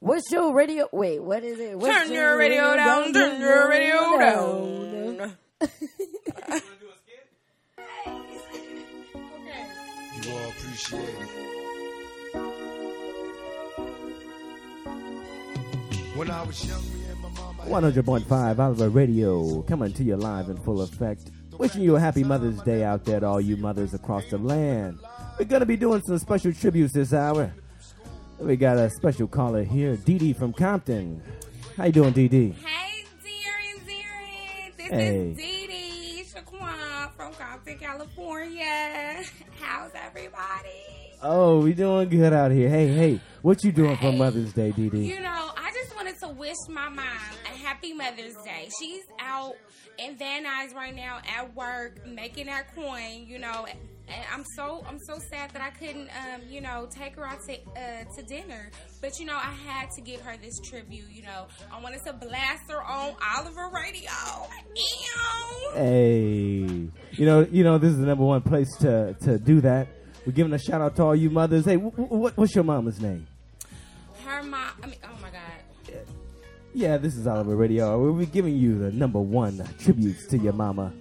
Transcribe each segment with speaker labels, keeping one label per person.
Speaker 1: What's your radio? Wait, what is it? What's
Speaker 2: Turn your radio down. Turn your radio down.
Speaker 3: You all appreciate it. When I was young, me and my mama.
Speaker 4: 100.5 Oliver Radio coming to you live in full effect. Wishing you a happy Mother's Day out there to all you mothers across the land. We're going to be doing some special tributes this hour. We got a special caller here, Dee Dee from Compton. How you doing, Dee Dee?
Speaker 2: Hey, dearie, dearie. This
Speaker 4: Hey.
Speaker 2: is Dee Dee Shaquan from Compton, California. How's everybody?
Speaker 4: Oh, we doing good out here. Hey, hey, what you doing for Mother's Day, Dee Dee?
Speaker 2: You know, I just wanted to wish my mom a happy Mother's Day. She's out in Van Nuys right now at work making that coin. You know, and I'm so I'm so sad that I couldn't, um, you know, take her out to uh, to dinner. But you know, I had to give her this tribute. You know, I wanted to blast her on Oliver Radio. Ew.
Speaker 4: Hey, you know, you know, this is the number one place to to do that. We're giving a shout out to all you mothers. Hey, wh- wh- what, what's your mama's name?
Speaker 2: Her mom. I mean, oh my God.
Speaker 4: Yeah, this is Oliver Radio. We'll be giving you the number one tributes to your mama.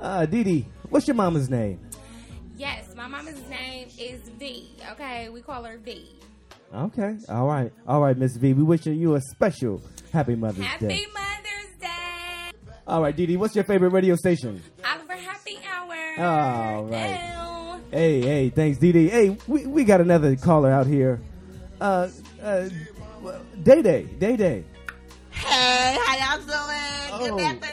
Speaker 4: Uh, Dee Dee, what's your mama's name?
Speaker 2: Yes, my mama's name is V. Okay, we call her V.
Speaker 4: Okay, all right, all right, Miss V. We wishing you a special happy Mother's
Speaker 2: Happy
Speaker 4: Day.
Speaker 2: Mother's Day.
Speaker 4: All right, Dee Dee, what's your favorite radio station?
Speaker 2: Oliver Happy Hour.
Speaker 4: All
Speaker 2: right.
Speaker 4: Hey, hey, thanks, Dee Dee. Hey, we, we got another caller out here. Uh, uh, Day Day, Day Day.
Speaker 5: Hey, how y'all doing?
Speaker 4: Oh.
Speaker 5: Good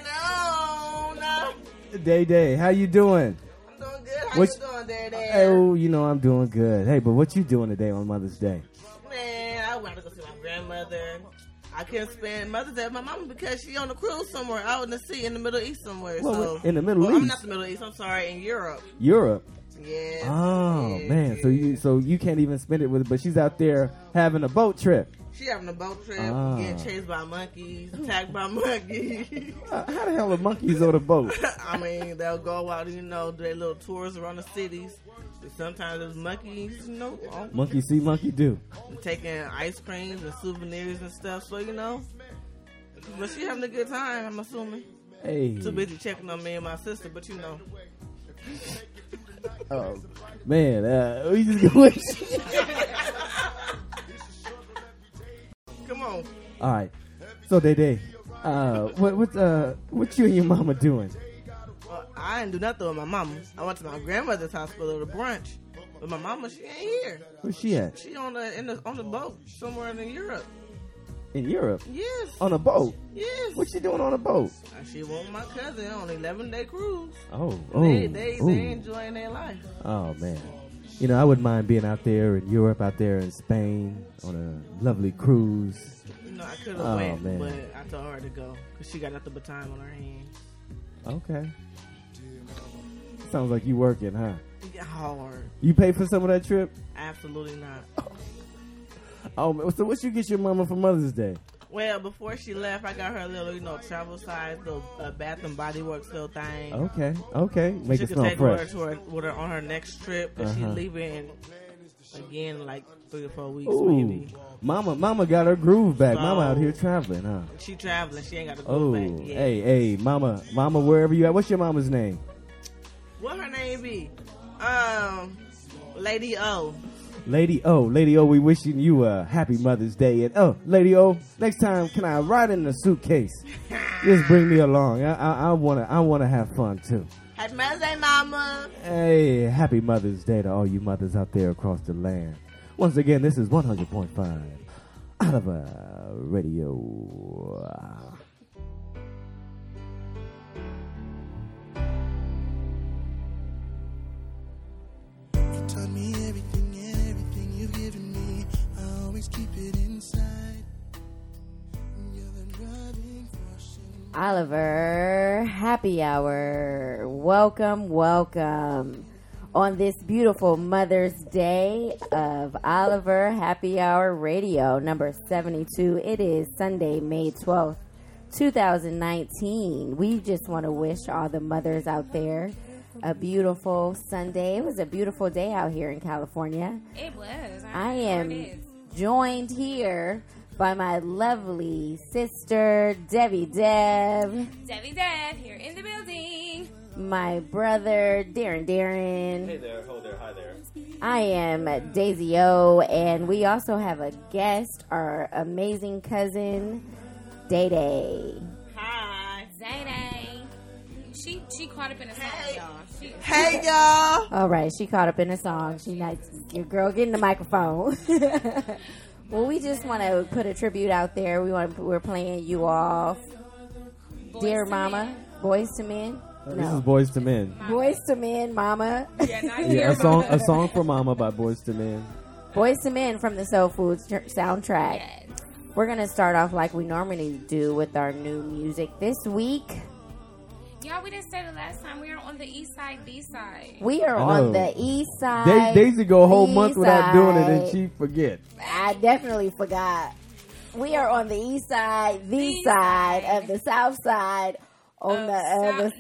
Speaker 5: afternoon.
Speaker 4: Day Day, how you doing?
Speaker 5: I'm doing good. How
Speaker 4: What's-
Speaker 5: you doing there, there?
Speaker 4: Oh, you know I'm doing good. Hey, but what you doing today on Mother's Day?
Speaker 5: Man, I wanted to go see my grandmother. I couldn't spend Mother's Day with my mama because she on a cruise somewhere out in the sea in the Middle East somewhere.
Speaker 4: Well,
Speaker 5: so
Speaker 4: in the Middle
Speaker 5: Well, I'm
Speaker 4: East?
Speaker 5: not the Middle East. I'm sorry, in Europe.
Speaker 4: Europe.
Speaker 5: Yes.
Speaker 4: Oh
Speaker 5: yes,
Speaker 4: man, so
Speaker 5: yes.
Speaker 4: you so you can't even spend it with, but she's out there having a boat trip.
Speaker 5: She having a boat trip,
Speaker 4: Ah.
Speaker 5: getting chased by monkeys, attacked by monkeys.
Speaker 4: Uh, how the hell are monkeys on a boat?
Speaker 5: I mean, they'll go out, you know, do their little tours around the cities. Sometimes there's monkeys, you know, on-
Speaker 4: Monkey see, monkey do.
Speaker 5: taking ice creams and souvenirs and stuff. So you know, but she having a good time. I'm assuming.
Speaker 4: Hey,
Speaker 5: Too busy checking on me and my sister, but you know,
Speaker 4: oh, man, uh, we just going.
Speaker 5: come on.
Speaker 4: All right, so Day Day, uh, what what uh what you and your mama doing?
Speaker 5: Well, Uh, I didn't do nothing with my mama. I went to my grandmother's hospital to brunch, but my mama she ain't here.
Speaker 4: Where's she at?
Speaker 5: She on the in the on the boat somewhere in Europe.
Speaker 4: In Europe
Speaker 5: Yes,
Speaker 4: on a boat?
Speaker 5: yes.
Speaker 4: Uh, What she doing on a boat?
Speaker 5: And She want my cousin on eleven day cruise.
Speaker 4: Oh,
Speaker 5: They
Speaker 4: oh,
Speaker 5: they,
Speaker 4: ooh.
Speaker 5: they enjoying their life.
Speaker 4: Oh man, you know I wouldn't mind being out there in Europe, out there in Spain on a lovely cruise.
Speaker 5: You know I could have
Speaker 4: Oh,
Speaker 5: went,
Speaker 4: man.
Speaker 5: but I told her to go because she got nothing but time on her hands.
Speaker 4: Okay. Sounds like you working, huh?
Speaker 5: It got hard.
Speaker 4: You pay for some of that trip?
Speaker 5: Absolutely not.
Speaker 4: Oh, man, so what you get your mama for Mother's Day?
Speaker 5: Well, before she left, I got her a little, you know, travel size, little uh, Bath and Body Works little thing.
Speaker 4: Okay, okay, Oh, make
Speaker 5: she
Speaker 4: it
Speaker 5: could
Speaker 4: smell
Speaker 5: take
Speaker 4: fresh.
Speaker 5: with her, to her, with her on her next trip, and
Speaker 4: Uh-huh.
Speaker 5: she's leaving again like three or four weeks,
Speaker 4: Ooh,
Speaker 5: maybe.
Speaker 4: mama, mama got her groove back. Mama out
Speaker 5: So-
Speaker 4: here traveling, huh?
Speaker 5: She traveling, she ain't got to go
Speaker 4: Oh,
Speaker 5: back yet.
Speaker 4: hey, hey, mama, mama, wherever you at, what's your mama's name?
Speaker 5: What her name be? Um, Lady O.
Speaker 4: Lady O, Lady O, we wishing you a happy Mother's Day. And oh, Lady O, next time can I ride in a suitcase? Just bring me along. I, I, I wanna, I wanna have fun too.
Speaker 5: Happy Mother's Day, Mama.
Speaker 4: Hey, happy Mother's Day to all you mothers out there across the land. Once again, this is 100.5
Speaker 6: uh,
Speaker 4: Oliver Radio.
Speaker 3: You taught me everything, everything you've given me. I always keep it inside. You're the driving force in
Speaker 1: Oliver, happy hour. Welcome, welcome. On this beautiful Mother's Day of Oliver Happy Hour Radio, number 72. It is Sunday, May 12th, 2019. We just want to wish all the mothers out there a beautiful Sunday. It was a beautiful day out here in California.
Speaker 2: It was.
Speaker 1: I
Speaker 2: sure it
Speaker 1: am
Speaker 2: is.
Speaker 1: joined here by my lovely sister, Debbie Deb,
Speaker 2: Debbie Deb here in the building.
Speaker 1: my brother, Darren Darren.
Speaker 7: Hey there, hold there, hi there.
Speaker 1: I am Daisy O, and we also have a guest, our amazing cousin, Day Day.
Speaker 5: Hi.
Speaker 2: Zayday. She she caught up in a song,
Speaker 5: Hey.
Speaker 2: y'all. She,
Speaker 5: Hey y'all.
Speaker 1: All right, she caught up in a song. She nice. Your girl, get in the microphone. well, we just want to put a tribute out there. We want we're playing you off,
Speaker 2: Boyz
Speaker 1: dear
Speaker 2: II
Speaker 1: Mama,
Speaker 2: Men.
Speaker 1: Boys to Men.
Speaker 6: This is
Speaker 1: No,
Speaker 6: Boys to Men.
Speaker 1: Boys to Men, Mama.
Speaker 2: Yeah, not
Speaker 6: Yeah,
Speaker 2: dear
Speaker 6: a song, uh,
Speaker 2: Mama.
Speaker 6: a song for Mama by Boys to Men.
Speaker 1: Boys to Men from the Soul Foods tr- soundtrack.
Speaker 2: Yes.
Speaker 1: We're gonna start off like we normally do with our new music this week.
Speaker 2: Y'all, we didn't say the last time. We are on the east side, B side.
Speaker 1: We are
Speaker 6: Oh.
Speaker 1: on the east side.
Speaker 6: Da- Daisy go a whole
Speaker 1: B
Speaker 6: month without doing it, and
Speaker 1: side.
Speaker 6: she forget.
Speaker 1: I definitely forgot. We are on the east side, the
Speaker 2: The
Speaker 1: side,
Speaker 2: side.
Speaker 1: of the south side, on
Speaker 2: Of
Speaker 1: the
Speaker 2: South-
Speaker 1: other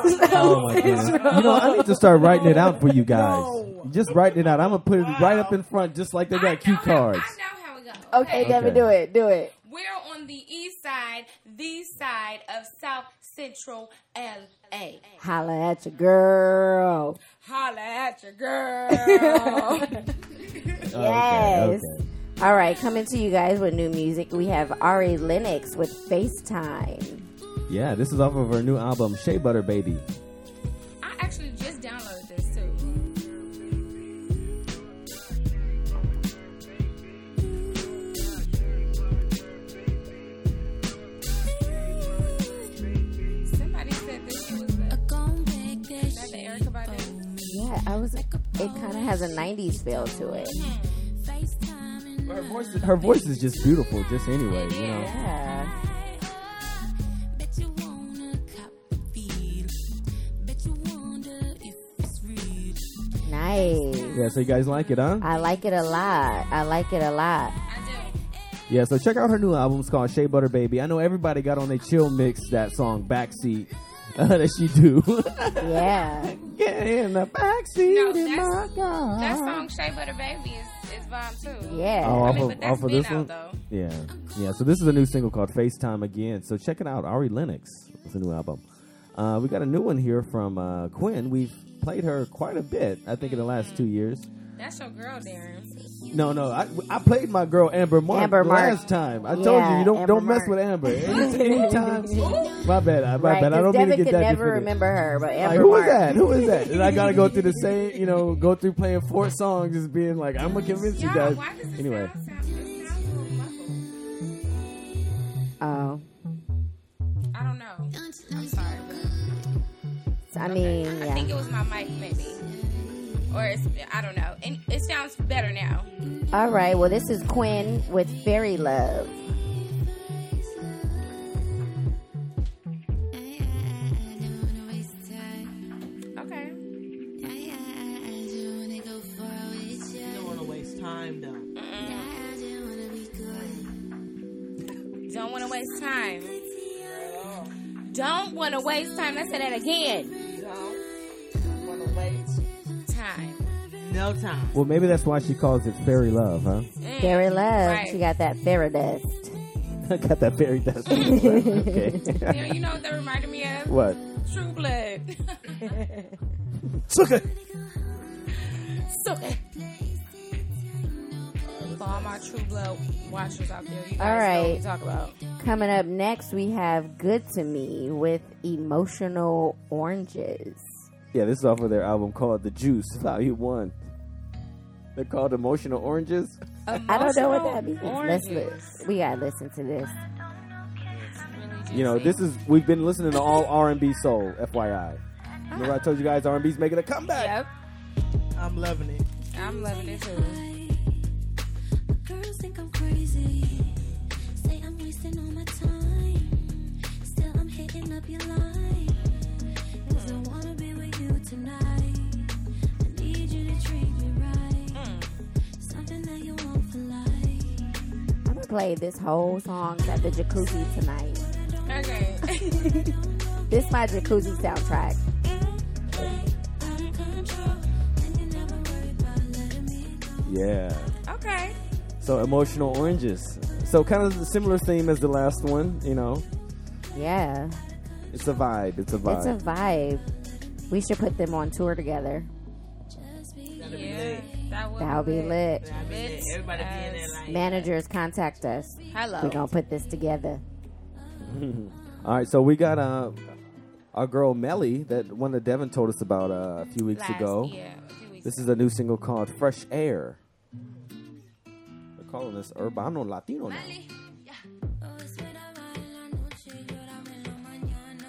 Speaker 1: side.
Speaker 6: Oh my god! You know, I need to start writing it out for you guys.
Speaker 5: No.
Speaker 6: Just writing it out. I'm gonna put it right up in front, just like they
Speaker 2: I know
Speaker 6: got cue
Speaker 2: how-
Speaker 6: cards.
Speaker 2: I know how it goes.
Speaker 1: okay, Devin, do it, do it.
Speaker 2: We're on the east side, the side of South Central LA.
Speaker 1: Holla at your girl.
Speaker 2: Holla at your girl.
Speaker 1: Yes.
Speaker 6: okay.
Speaker 1: All right, coming to you guys with new music. We have Ari Lennox with FaceTime.
Speaker 6: Yeah, this is off of her new album, Shea Butter Baby.
Speaker 2: I actually just downloaded this too. Somebody said this shit was the- is that the Erica Badu?
Speaker 1: Yeah, I was. It kind of has a '90s feel to it.
Speaker 6: Her voice, her voice is just beautiful, just anyway, you know.
Speaker 1: Yeah. Nice.
Speaker 6: Yeah, so you guys like it, huh?
Speaker 1: I like it a lot. I like it a lot.
Speaker 2: I do.
Speaker 6: Yeah, so check out her new album. It's called Shea Butter Baby. I know everybody got on a chill mix that song Backseat uh, that she do.
Speaker 1: Yeah.
Speaker 6: Get in the backseat,
Speaker 2: No,
Speaker 6: in my
Speaker 2: that's-
Speaker 6: car.
Speaker 2: That
Speaker 8: Uh-huh.
Speaker 2: song "Shea Butter Baby" is is bomb too.
Speaker 1: Yeah.
Speaker 6: Oh,
Speaker 2: I
Speaker 6: off
Speaker 2: mean,
Speaker 6: of,
Speaker 2: but that's
Speaker 6: off of
Speaker 2: been
Speaker 6: this
Speaker 2: out,
Speaker 6: one?
Speaker 2: though.
Speaker 6: Yeah. Yeah, so this is a new single called FaceTime Again. So check it out. Ari Lennox. It's a new album. Uh, we got a new one here from uh, Quinn. We've played her quite a bit, I think, in the last two years.
Speaker 2: That's your girl, Darren.
Speaker 6: No, no, I, I played my girl Amber Mark
Speaker 1: Amber Mark.
Speaker 6: last time. I
Speaker 1: Yeah,
Speaker 6: told you, you don't
Speaker 1: Amber
Speaker 6: don't mess
Speaker 1: Mark.
Speaker 6: with Amber. Any- Anytime, my bad, I- my
Speaker 1: Right,
Speaker 6: bad. I
Speaker 1: 'cause
Speaker 6: don't
Speaker 1: Devin could
Speaker 6: mean to get
Speaker 1: never
Speaker 6: that. definitive.
Speaker 1: remember her, but
Speaker 6: Like,
Speaker 1: Amber
Speaker 6: who is
Speaker 1: Mark.
Speaker 6: that? Who is that? And I gotta go through the same, you know, go through playing four songs, just being like, I'm gonna convince you
Speaker 2: Y'all,
Speaker 6: guys.
Speaker 2: why does it
Speaker 6: Anyway,
Speaker 2: sound, sound, it sounds a little muffled?
Speaker 1: Oh,
Speaker 2: I don't know. I'm sorry. but-
Speaker 1: I
Speaker 2: Okay.
Speaker 1: mean,
Speaker 2: I think
Speaker 1: yeah.
Speaker 2: it was my mic, maybe. Or it's, I don't know. And it sounds better now.
Speaker 1: All right. Well, this is Quinn with Fairy Love.
Speaker 2: Okay.
Speaker 5: You don't want to waste time though.
Speaker 2: Don't want to waste time. Don't want to waste time. Let's say that again.
Speaker 5: Don't want to waste
Speaker 2: Time.
Speaker 5: no time.
Speaker 6: well, maybe that's why she calls it fairy love, huh?
Speaker 2: Mm.
Speaker 1: Fairy Love.
Speaker 2: Right.
Speaker 1: She got that fairy dust.
Speaker 6: I got that fairy dust. okay,
Speaker 2: You know- you know what that reminded me of?
Speaker 6: what?
Speaker 2: True Blood.
Speaker 6: Sucker.
Speaker 2: so For all my True Blood watchers out there, you guys
Speaker 1: All
Speaker 2: know what we
Speaker 1: right.
Speaker 2: talk about.
Speaker 1: Coming up next, we have Good to Me with Emotional Oranges.
Speaker 6: Yeah, this is off of their album called The Juice, Volume One. They're called Emotional Oranges.
Speaker 1: I don't know what that means.
Speaker 2: Emotional
Speaker 1: Let's
Speaker 2: oranges.
Speaker 1: li- we gotta listen to this.
Speaker 6: You know, this is we've been listening to all R and B soul, FYI. Remember I told you guys R and B's making a comeback.
Speaker 2: Yep.
Speaker 5: I'm loving it.
Speaker 2: I'm loving it too.
Speaker 3: Girls think I'm crazy. Say I'm wasting all my time. Still, I'm hitting up your line. 'Cause I wanna be with you tonight. I need you to treat me right. Something that you want for life.
Speaker 1: I'm gonna play this whole song at the jacuzzi tonight.
Speaker 2: Okay.
Speaker 1: This my jacuzzi soundtrack.
Speaker 3: Play out of control. And you never worry about letting me go.
Speaker 6: Yeah.
Speaker 2: okay.
Speaker 6: So emotional oranges. So kind of the similar theme as the last one. You know,
Speaker 1: Yeah.
Speaker 6: it's a vibe. It's a vibe.
Speaker 1: It's a vibe. We should put them on tour together.
Speaker 2: Yeah, that would
Speaker 1: That'll be lit.
Speaker 5: I mean,
Speaker 2: Lit
Speaker 5: everybody being
Speaker 2: as-
Speaker 5: there like
Speaker 1: Managers, contact us. We're
Speaker 2: Hello.
Speaker 1: gonna put this together.
Speaker 6: All right, so we got uh, our girl Melly that one that Devin told us about uh, a few weeks
Speaker 2: Last,
Speaker 6: ago.
Speaker 2: Yeah, a few weeks
Speaker 6: This is a new single called Fresh Air. They're calling this Urbano Latino now.
Speaker 3: Oh, espera la noche, llórame la mañana.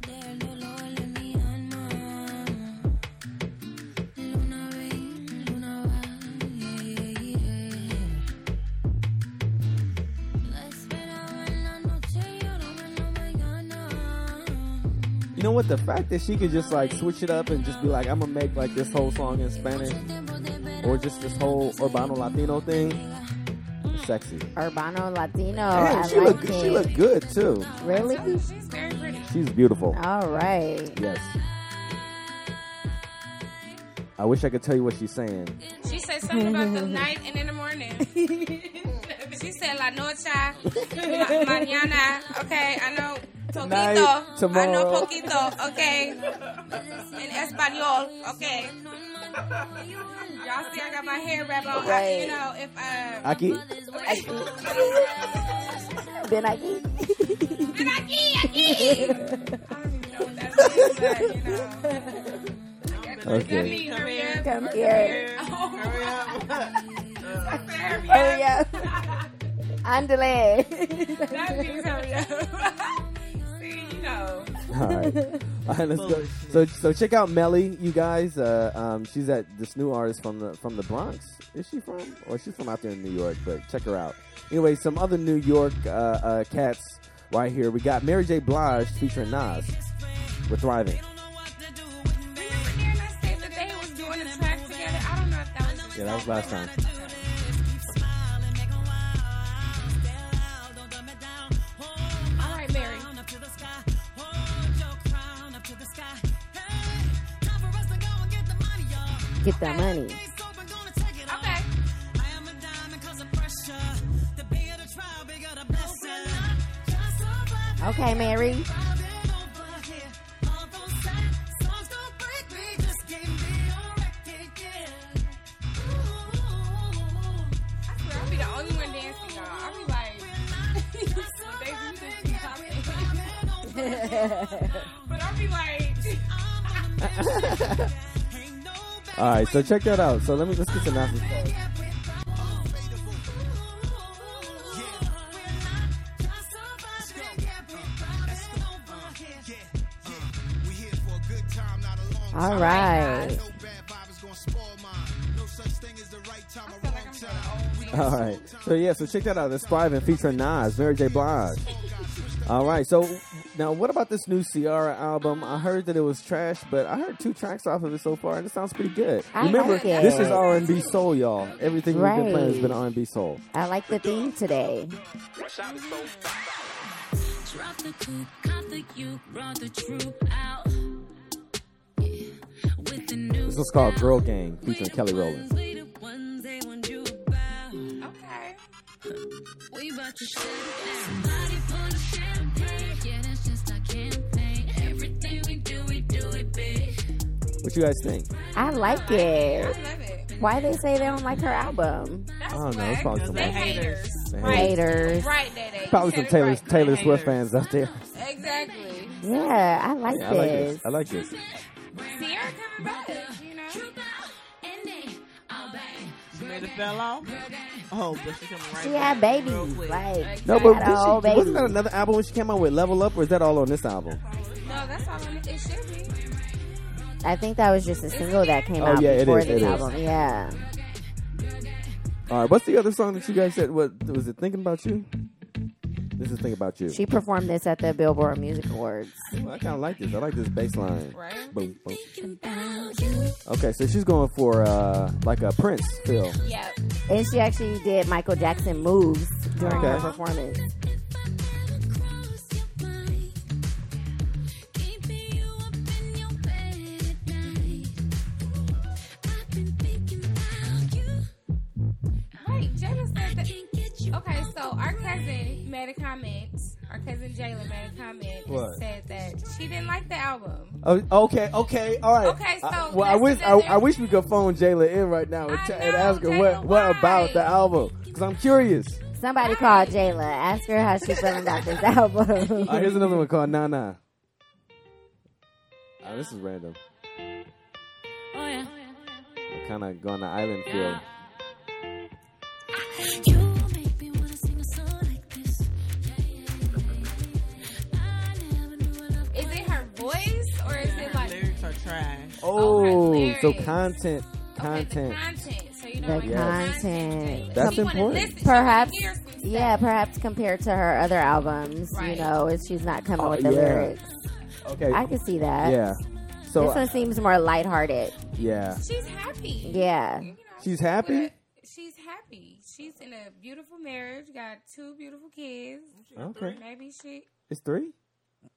Speaker 3: Del dolor de mi alma. Luna ven, luna va. yeah, yeah, yeah. La esperaba en la noche, llórame la mañana.
Speaker 6: You know what? The fact that she could just like switch it up and just be like, I'm gonna make like this whole song in Spanish or just this whole Urbano Latino thing. is Sexy.
Speaker 1: Urbano Latino.
Speaker 6: Damn,
Speaker 1: Oh, I
Speaker 6: she
Speaker 1: like
Speaker 6: look
Speaker 1: it.
Speaker 6: she look good too.
Speaker 1: really?
Speaker 2: She's very pretty.
Speaker 6: She's beautiful.
Speaker 1: All right.
Speaker 6: Yes. I wish I could tell you what she's saying.
Speaker 2: She said something about the night and in the morning. she said la noche, ma- mañana. Okay, I know poquito. I
Speaker 6: Tonight, tomorrow.
Speaker 2: know poquito. Okay, in español. Okay. Y'all see, I got my hair wrap on. I-
Speaker 1: Right.
Speaker 2: you know, if uh,
Speaker 6: Aki,
Speaker 1: Then I eat.
Speaker 2: I don't even know what that means, but you know, that
Speaker 6: okay.
Speaker 2: means hurry up. Oh
Speaker 1: Come here.
Speaker 5: Hurry up.
Speaker 2: Hurry up.
Speaker 1: Hurry up. Andale.
Speaker 2: That means hurry up. see, you know.
Speaker 6: All right. All right, let's go. So, so check out Melly, you guys. Uh, um, she's at this new artist from the from the Bronx. Is she from? Or she's from out there in New York, but check her out. Anyway, some other New York uh, uh, cats right here. We got Mary J. Blige featuring Nas. We're thriving.
Speaker 2: Remember Darren and I said that they was doing a track together? I don't know if that was
Speaker 6: Yeah, that was last time.
Speaker 2: All right, Mary.
Speaker 1: Get that money.
Speaker 2: Okay.
Speaker 1: Okay, Mary.
Speaker 2: I swear, I'll be the only one dancing, y'all. I'll be like, they do this keep popping. but I'll be like,
Speaker 6: All right, so check that out. So let me let's get some Nas.
Speaker 1: All right.
Speaker 6: All right. So yeah, so check that out. It's thriving featuring Nas, Mary J. Blige. All right. So now, what about this new Ciara album? I heard that it was trash, but I heard two tracks off of it so far, and it sounds pretty good.
Speaker 1: I
Speaker 6: Remember,
Speaker 1: like it.
Speaker 6: this is R and B soul, y'all. Everything we've been playing has
Speaker 1: Right.
Speaker 6: been R and B soul.
Speaker 1: I like the theme today.
Speaker 3: Drop the coupe, cop the you, brought the troop out. Yeah, With the new
Speaker 6: This is called
Speaker 3: style.
Speaker 6: Girl Gang
Speaker 3: We
Speaker 6: featuring
Speaker 3: the
Speaker 6: Kelly Rowland.
Speaker 3: ones, we the ones they want you about.
Speaker 2: okay.
Speaker 3: We about to shut it down. Somebody pull the champagne. Yeah, that's just our campaign. Everything we do, we do it big.
Speaker 6: What you guys think?
Speaker 1: I like it.
Speaker 2: I love it.
Speaker 1: Why they say they don't like her album?
Speaker 2: That's
Speaker 6: I don't know. It's
Speaker 2: whack.
Speaker 6: probably some
Speaker 2: They
Speaker 6: haters.
Speaker 2: haters.
Speaker 6: They
Speaker 2: Right.
Speaker 6: haters.
Speaker 1: Haters.
Speaker 2: Right, they they.
Speaker 6: Probably
Speaker 2: You
Speaker 6: some
Speaker 2: said it
Speaker 6: Taylor
Speaker 2: right.
Speaker 6: Taylor Swift fans out there.
Speaker 2: Exactly.
Speaker 1: Yeah, I like
Speaker 6: Yeah, I like this.
Speaker 1: this.
Speaker 6: I like this.
Speaker 2: Sierra coming back, you know.
Speaker 3: Troop out, and they all bang.
Speaker 5: Made it fell off. Oh, but she coming right
Speaker 1: She
Speaker 5: back
Speaker 1: had babies.
Speaker 5: real quick.
Speaker 1: Like
Speaker 6: No,
Speaker 1: no,
Speaker 6: but
Speaker 1: had
Speaker 6: did
Speaker 1: a whole
Speaker 6: she,
Speaker 1: baby.
Speaker 6: wasn't that another album when she came out with Level Up, or is that all on this album?
Speaker 2: No, that's all it it should be.
Speaker 1: I think that was just a single that came
Speaker 6: Oh,
Speaker 1: out
Speaker 6: yeah, it
Speaker 1: before
Speaker 6: is,
Speaker 1: this
Speaker 6: it is.
Speaker 1: album. Yeah.
Speaker 6: All right, what's the other song that you guys said? What was it? Thinking about you. This is thinking about you.
Speaker 1: She performed this at the Billboard Music Awards.
Speaker 6: Ooh, I kind of like this. I like this bass line.
Speaker 2: Right.
Speaker 6: Boom, boom.
Speaker 3: About you.
Speaker 6: Okay, so she's going for uh, like a Prince feel.
Speaker 2: Yep.
Speaker 1: And she actually did Michael Jackson moves during her
Speaker 6: Okay.
Speaker 1: performance.
Speaker 2: Wait, Okay, so our cousin made a comment. Our cousin Jalen made a comment
Speaker 6: What?
Speaker 2: and said that she didn't like the album.
Speaker 6: Oh, okay, okay, all right.
Speaker 2: Okay, so
Speaker 6: I, well, I
Speaker 2: that's
Speaker 6: wish I,
Speaker 2: another-
Speaker 6: I wish we could phone Jayla in right now and,
Speaker 2: I
Speaker 6: t- and
Speaker 2: know,
Speaker 6: ask her
Speaker 2: Jayla,
Speaker 6: what what about
Speaker 2: why?
Speaker 6: the album because I'm curious.
Speaker 1: Somebody call Jayla. Ask her how she's feeling about this album.
Speaker 6: All right, here's another one called Nana. Oh, this is random. Kind of going to island feel.
Speaker 9: You make me wanna sing a song like this. Yeah, yeah, yeah, yeah. I never knew I loved
Speaker 2: Is it her voice or is it like okay,
Speaker 3: Lyrics are trash.
Speaker 6: Oh,
Speaker 2: lyrics.
Speaker 6: so content,
Speaker 2: the
Speaker 6: content.
Speaker 2: content? So you
Speaker 1: The
Speaker 2: don't like the
Speaker 1: content.
Speaker 2: content. Jalen.
Speaker 6: That's
Speaker 2: She wanna
Speaker 6: important.
Speaker 2: listen, she wanna
Speaker 1: Perhaps,
Speaker 2: hear some stuff.
Speaker 1: yeah, perhaps compared to her other albums, you
Speaker 2: Right.
Speaker 1: know, if she's not coming
Speaker 6: Oh,
Speaker 1: with the
Speaker 6: yeah.
Speaker 1: lyrics.
Speaker 6: Okay,
Speaker 1: I can see that.
Speaker 6: yeah. So
Speaker 1: this one seems more lighthearted.
Speaker 6: yeah,
Speaker 2: She's happy.
Speaker 1: Yeah.
Speaker 2: You know,
Speaker 6: She's happy?
Speaker 2: but She's happy. She's in a beautiful marriage. Got two beautiful kids.
Speaker 6: okay.
Speaker 2: Maybe she
Speaker 6: It's three.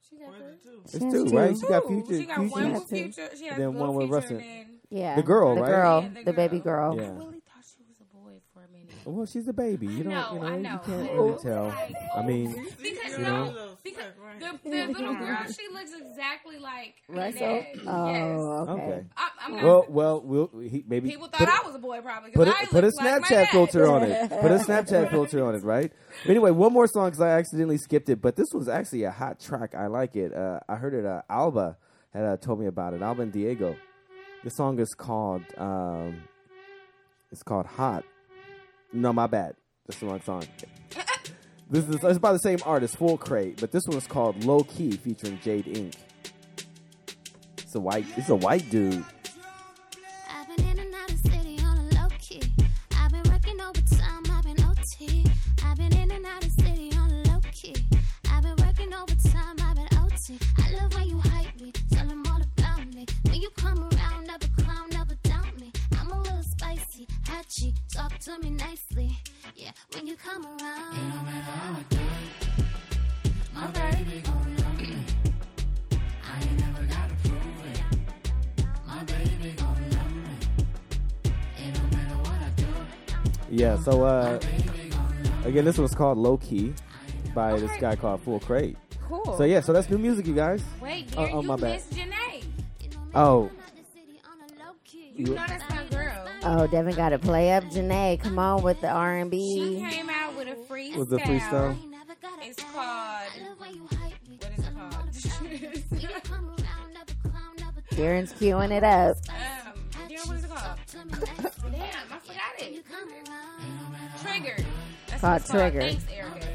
Speaker 2: she got
Speaker 3: Where's the
Speaker 2: three.
Speaker 3: two?
Speaker 6: It's
Speaker 1: She has
Speaker 6: two,
Speaker 1: two.
Speaker 6: right? She got
Speaker 2: Ooh,
Speaker 6: future.
Speaker 2: She got one
Speaker 6: Future.
Speaker 2: with future. She has
Speaker 6: Then
Speaker 2: one with Russell.
Speaker 1: Yeah.
Speaker 6: The girl,
Speaker 1: the
Speaker 6: right?
Speaker 1: girl,
Speaker 2: Yeah, the
Speaker 1: the baby girl.
Speaker 6: girl.
Speaker 2: I
Speaker 6: Yeah.
Speaker 2: really thought she was a boy for a minute.
Speaker 6: Well, she's a baby. You don't,
Speaker 2: know,
Speaker 6: you know,
Speaker 2: I
Speaker 6: you
Speaker 2: know.
Speaker 6: can't
Speaker 2: Ooh.
Speaker 6: really tell. I mean,
Speaker 2: Because
Speaker 6: You
Speaker 2: no,
Speaker 3: know?
Speaker 2: because the, the little girl, she looks exactly like her
Speaker 1: Russell.
Speaker 2: dad.
Speaker 1: Oh,
Speaker 2: Yes.
Speaker 1: okay.
Speaker 6: okay.
Speaker 2: I, I'm not,
Speaker 6: Well, well, we'll he, maybe
Speaker 2: people thought
Speaker 6: put,
Speaker 2: I was a boy probably. 'cause
Speaker 6: put,
Speaker 2: I
Speaker 6: a, put a
Speaker 2: looked like my
Speaker 6: Snapchat
Speaker 2: dad.
Speaker 6: filter on it. Put a Snapchat filter on it, right? Anyway, one more song because I accidentally skipped it, but this was actually a hot track. I like it. Uh, I heard it. Uh, Alba had uh, told me about it. Alba and Diego. The song is called um, it's called Hot. No, my bad. That's the wrong song. this is it's by the same artist, Full Crate, but this one's called Low Key featuring Jade Inc. It's a white. It's a white dude.
Speaker 9: I've been in and out of city on a low key. I've been working overtime, I've been OT. I've been in and out of city on a low key. I've been working overtime, I've been OT. I love when you hype me, tell 'em all about me. When you come around, never clown, never doubt me. I'm a little spicy, hatchy, talk to me nicely. Yeah, when you come around, it don't matter how I do it. My baby gon' love me. I ain't never gotta prove it. My baby gon' love me. It don't matter what I do.
Speaker 6: Yeah, so uh again this one's called Low Key by this guy called Full Crate.
Speaker 2: Cool.
Speaker 6: So yeah, so that's new music you guys.
Speaker 2: Wait,
Speaker 6: Oh,
Speaker 2: dear,
Speaker 6: oh,
Speaker 2: you
Speaker 6: my bad.
Speaker 2: missed Janae.
Speaker 9: It don't matter
Speaker 6: Oh.
Speaker 9: when I'm in the city on a low key.
Speaker 2: You know that's my girl.
Speaker 1: Oh, Devin got to play up Janae. Come on with the R and
Speaker 2: She
Speaker 1: B.
Speaker 2: came out with a freestyle.
Speaker 6: Mm-hmm. With the freestyle?
Speaker 9: ain't never gotta
Speaker 2: It's
Speaker 9: ask.
Speaker 2: called-
Speaker 9: I love when you hype me.
Speaker 2: What is it
Speaker 9: Tell 'em all
Speaker 2: called? Um,
Speaker 9: about me. When you come around, never clown, never doubt.
Speaker 1: Darren's queuing it up.
Speaker 2: Um, dear, what is it called?
Speaker 9: Talk to me nicely.
Speaker 2: Damn, I forgot
Speaker 9: When you
Speaker 2: it.
Speaker 9: come around,
Speaker 2: Trigger. That's
Speaker 1: Called
Speaker 2: what it's
Speaker 1: Trigger.
Speaker 2: Thanks, Erica.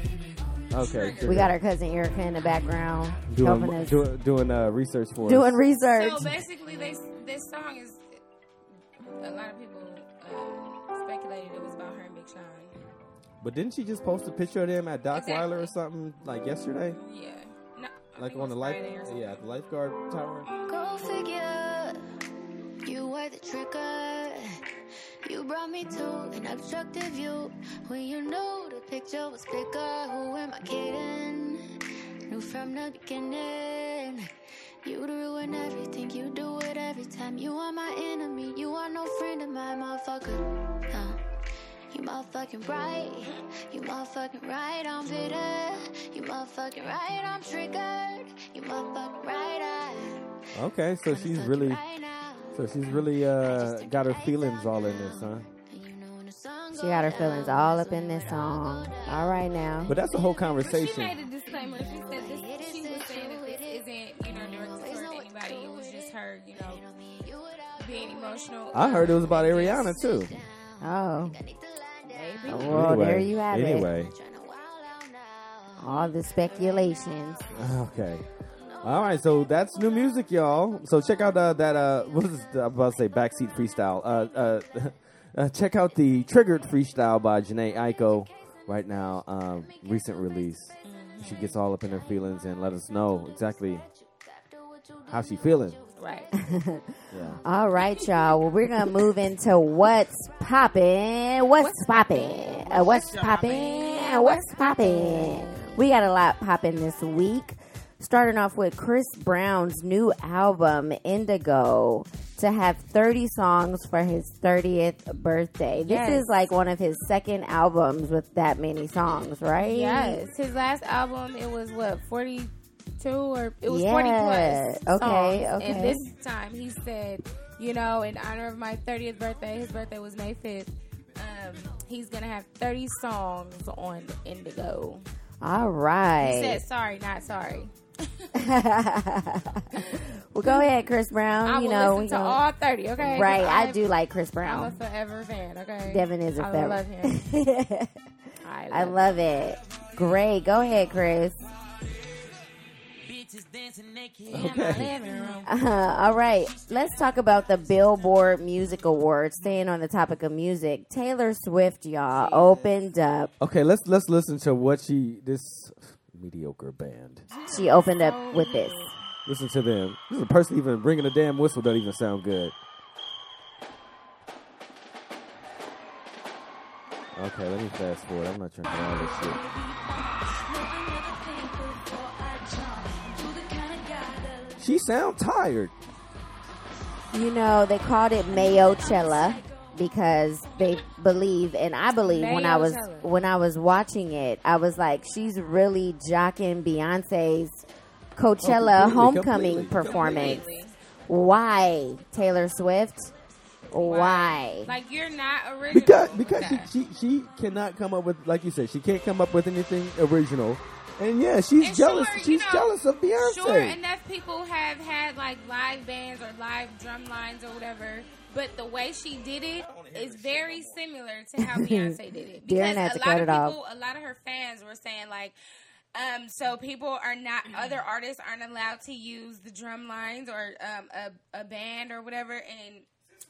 Speaker 6: Okay.
Speaker 1: We got our cousin Erica in the background helping
Speaker 6: doing
Speaker 1: us
Speaker 6: doing, doing uh, research for
Speaker 1: doing
Speaker 6: us.
Speaker 1: research.
Speaker 2: So basically, they, this song is a lot of people um, speculated it was about her and Big Sean.
Speaker 6: But didn't she just post a picture of them at Doc
Speaker 2: Exactly.
Speaker 6: Weiler or something like yesterday?
Speaker 2: Yeah. No, I
Speaker 6: Like
Speaker 2: think it
Speaker 6: on the
Speaker 2: was
Speaker 6: life
Speaker 2: Friday or something.
Speaker 6: yeah, at the lifeguard tower.
Speaker 10: Go figure, you were the trigger. You brought me to an obstructive view when you knew the picture was bigger. Who am I kidding? Knew from the beginning. You ruin everything, you do it every time. You are my enemy, you are no friend of mine, motherfucker. Huh. You motherfucking right, you motherfucking right, I'm bitter. You motherfucking right, I'm triggered. You motherfucking right, I.
Speaker 6: Okay, so she's really so she's really uh got her feelings all in this, huh?
Speaker 1: She got her feelings all up in this song. All right now.
Speaker 6: But that's a whole
Speaker 2: But she made
Speaker 6: conversation.
Speaker 2: a disclaimer. She said this. She was saying that this isn't, you know, directed towards anybody. It was just her, you know, being emotional.
Speaker 6: I heard it was about Ariana too.
Speaker 1: oh,
Speaker 10: Baby.
Speaker 1: well,
Speaker 6: anyway,
Speaker 1: there you have it.
Speaker 6: Anyway.
Speaker 1: All the speculations.
Speaker 6: Okay. All right, so that's new music, y'all. So check out uh, that. Uh, what is the, I'm about to say? Backseat freestyle. Uh, uh, uh, check out the Triggered freestyle by Janae Aiko right now. Um, recent release. She gets all up in her feelings and let us know exactly how she feeling.
Speaker 2: Right.
Speaker 6: Yeah.
Speaker 1: All right, y'all. Well, we're gonna move into what's poppin'. What's, poppin'? Uh, what's poppin'? What's poppin'? We got a lot poppin' this week. Starting off with Chris Brown's new album Indigo. to have 30 songs for his 30th birthday. This
Speaker 2: Yes.
Speaker 1: is like one of his second albums with that many songs, right?
Speaker 2: Yes, his last album it was what forty two or it was
Speaker 1: Yeah.
Speaker 2: forty plus.
Speaker 1: Okay,
Speaker 2: songs.
Speaker 1: okay.
Speaker 2: And this time he said, you know, in honor of my thirtieth birthday, his birthday was May fifth. Um, he's gonna have thirty songs on Indigo.
Speaker 1: All
Speaker 2: He
Speaker 1: right.
Speaker 2: said sorry, not sorry.
Speaker 1: well, go ahead, Chris Brown.
Speaker 2: I
Speaker 1: you
Speaker 2: will
Speaker 1: know, we
Speaker 2: listen to
Speaker 1: gonna-
Speaker 2: all thirty. Okay, 'Cause
Speaker 1: right. I
Speaker 2: I'm-
Speaker 1: do like Chris
Speaker 2: I'm a
Speaker 1: Brown.
Speaker 2: forever fan. Okay,
Speaker 1: Devin is a
Speaker 2: I
Speaker 1: favorite.
Speaker 2: love him. I love,
Speaker 1: I love it. Great. Go ahead, Chris. Uh, all right, let's talk about the Billboard Music Awards. Staying on the topic of music, Taylor Swift, y'all, opened up.
Speaker 8: Okay, let's let's listen to what she this mediocre band.
Speaker 1: She opened up with this.
Speaker 8: Listen to them. This is a person even bringing a damn whistle doesn't even sound good. Okay, let me fast forward. I'm not trying to hear all this shit. She sound tired.
Speaker 1: You know, they called it Mayocella because they believe, and I believe when I was
Speaker 2: Mayochella.
Speaker 1: when I was watching it, I was like, she's really jocking Beyonce's Coachella
Speaker 8: Oh, completely,
Speaker 1: homecoming
Speaker 8: completely,
Speaker 1: performance. Why Taylor Swift? Why?
Speaker 2: Like you're not original.
Speaker 8: Because
Speaker 2: with
Speaker 8: because
Speaker 2: that.
Speaker 8: she, she she cannot come up with like you said, she can't come up with anything original. And yeah, she's
Speaker 2: And
Speaker 8: jealous.
Speaker 2: sure, you
Speaker 8: she's
Speaker 2: know,
Speaker 8: jealous of Beyonce.
Speaker 2: Sure, enough people have had like live bands or live drum lines or whatever, but the way she did it is very similar to how Beyonce did it.
Speaker 1: Darren had
Speaker 2: Because
Speaker 1: to
Speaker 2: a lot
Speaker 1: cut
Speaker 2: of
Speaker 1: it off.
Speaker 2: people, a lot of her fans were saying like. Um, so people are not other artists aren't allowed to use the drum lines or um, a, a band or whatever and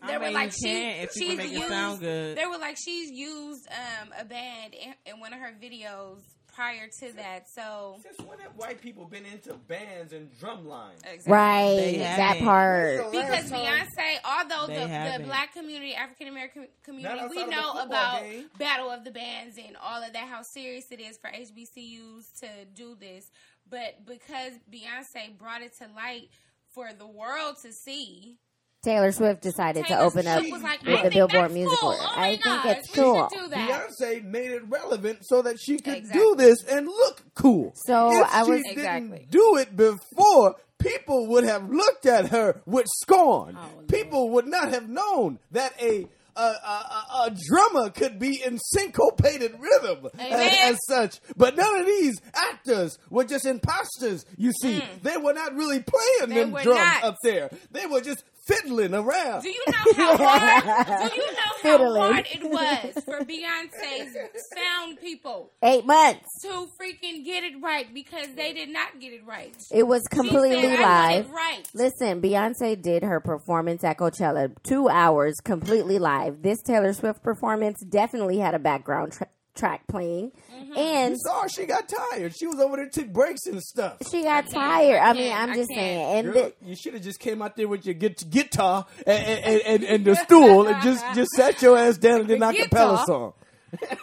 Speaker 5: I
Speaker 2: they were
Speaker 5: mean,
Speaker 2: like
Speaker 5: you can
Speaker 2: she,
Speaker 5: if people
Speaker 2: she's
Speaker 5: make it
Speaker 2: used,
Speaker 5: sound good.
Speaker 2: they were like she's used um, a band in, in one of her videos prior to that so
Speaker 8: Since when have white people been into bands and drum lines?
Speaker 1: Right,
Speaker 5: They
Speaker 1: that
Speaker 5: haven't.
Speaker 1: part.
Speaker 2: because Beyonce, although
Speaker 5: They
Speaker 2: the, the
Speaker 5: haven't.
Speaker 2: black community, African American community,
Speaker 8: Not
Speaker 2: we
Speaker 8: outside of the
Speaker 2: know
Speaker 8: football
Speaker 2: about
Speaker 8: game.
Speaker 2: Battle of the Bands and all of that, how serious it is for HBCUs to do this. But because Beyonce brought it to light for the world to see,
Speaker 1: Taylor Swift decided
Speaker 2: Taylor
Speaker 1: to open up
Speaker 2: Swift was like,
Speaker 1: with
Speaker 2: "I
Speaker 1: the
Speaker 2: think
Speaker 1: Billboard
Speaker 2: that's
Speaker 1: Music
Speaker 2: cool.
Speaker 1: Award.
Speaker 2: Oh my
Speaker 1: I think
Speaker 2: gosh,
Speaker 1: it's
Speaker 2: we should
Speaker 1: cool.
Speaker 2: do that.
Speaker 8: Beyonce made it relevant so that she could do
Speaker 2: Exactly.
Speaker 8: this and look cool.
Speaker 1: So,
Speaker 8: if
Speaker 1: I was-
Speaker 8: she
Speaker 2: Exactly.
Speaker 8: didn't do it before. People would have looked at her with scorn.
Speaker 2: Oh, Lord.
Speaker 8: people would not have known that a a, a, a- a drummer could be in syncopated rhythm
Speaker 2: Amen.
Speaker 8: as, as such. But none of these actors were just imposters. You see, they were not really playing
Speaker 2: Mm. They
Speaker 8: them
Speaker 2: were
Speaker 8: drums
Speaker 2: not.
Speaker 8: up there. They were just fiddling around.
Speaker 2: Do you know how hard? do you know how
Speaker 1: Fiddling.
Speaker 2: hard it was for Beyonce's sound people
Speaker 1: Eight months.
Speaker 2: to freaking get it right because they did not get it right.
Speaker 1: It was
Speaker 2: She
Speaker 1: completely
Speaker 2: said, "I want
Speaker 1: live.
Speaker 2: it right.
Speaker 1: Listen, Beyonce did her performance at Coachella two hours completely live. This Taylor Swift performance definitely had a background tra- track playing,
Speaker 2: Mm-hmm.
Speaker 1: and
Speaker 8: Sorry, she got tired. She was over there took breaks and stuff.
Speaker 1: she got tired. I mean,
Speaker 2: I
Speaker 1: I'm just
Speaker 2: can't.
Speaker 1: saying. And
Speaker 8: Girl,
Speaker 1: the-
Speaker 8: you should have just came out there with your git- guitar and, and, and, and the stool and just, just sat your ass down and did an acapella
Speaker 2: Guitar.
Speaker 8: song.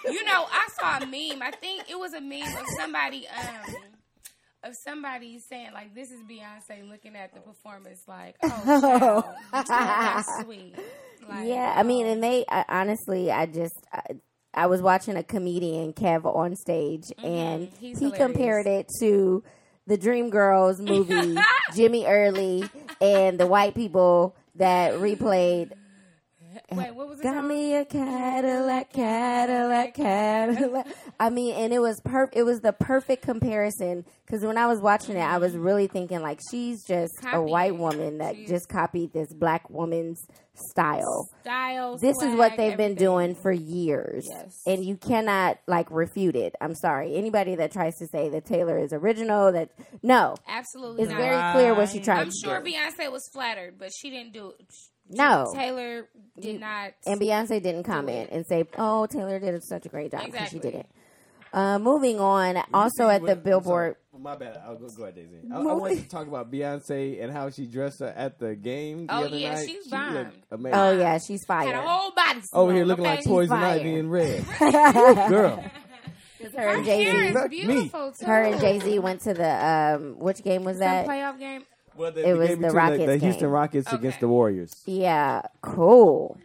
Speaker 2: You know, I saw a meme. I think it was a meme of somebody um of somebody saying like this is Beyonce looking at the performance like, "Oh, child, that's sweet." Like,
Speaker 1: Yeah, I mean, and they I, honestly, I just I, I was watching a comedian Kev on stage, and he
Speaker 2: Mm-hmm. he's hilarious.
Speaker 1: compared it to the Dream Girls movie, Jimmy Early, and the white people that replayed.
Speaker 2: Wait, what was it?
Speaker 1: Got
Speaker 2: called?
Speaker 1: me a Cadillac, Cadillac, Cadillac. I mean, and it was per it was the perfect comparison because when I was watching it, I was really thinking like she's just a
Speaker 2: Copying.
Speaker 1: white woman that
Speaker 2: Mm-hmm. She's-
Speaker 1: just copied this black woman's style
Speaker 2: Style.
Speaker 1: this is what
Speaker 2: swag,
Speaker 1: they've been
Speaker 2: everything.
Speaker 1: doing for years
Speaker 2: Yes.
Speaker 1: and you cannot like refute it i'm sorry anybody that tries to say that taylor is original that no
Speaker 2: Absolutely
Speaker 1: it's
Speaker 2: not.
Speaker 1: very clear what she tried
Speaker 2: I'm
Speaker 1: to
Speaker 2: sure
Speaker 1: do
Speaker 2: Beyonce was flattered, but she didn't do it.
Speaker 1: no
Speaker 2: Taylor did not.
Speaker 1: and beyonce didn't comment and say oh taylor did such a great job because she
Speaker 2: Exactly.
Speaker 1: didn't uh, moving on also at the billboard
Speaker 8: My bad. I'll go, go ahead, Daisy. I, I wanted to talk about Beyonce and how she dressed her at the game. The
Speaker 2: Oh,
Speaker 8: other
Speaker 2: yeah,
Speaker 8: night.
Speaker 2: she's
Speaker 8: She
Speaker 2: bomb.
Speaker 8: looked amazing.
Speaker 1: oh yeah she's
Speaker 2: had a
Speaker 1: fired
Speaker 2: whole body
Speaker 8: Over here
Speaker 2: salon,
Speaker 8: looking
Speaker 2: okay?
Speaker 8: like Poison
Speaker 1: fire.
Speaker 8: Ivy in red. Girl,
Speaker 1: her and
Speaker 2: Her hair
Speaker 1: jay-z
Speaker 2: is
Speaker 8: Fuck me.
Speaker 2: beautiful too.
Speaker 1: her and jay-z went to the um, which game was
Speaker 2: Some
Speaker 1: that
Speaker 2: playoff game.
Speaker 8: Well, they,
Speaker 1: It was
Speaker 8: gave me
Speaker 1: the
Speaker 8: two, like,
Speaker 1: Rockets
Speaker 8: The Houston
Speaker 1: game.
Speaker 8: Rockets against
Speaker 2: Okay.
Speaker 8: the Warriors.
Speaker 1: Yeah, cool.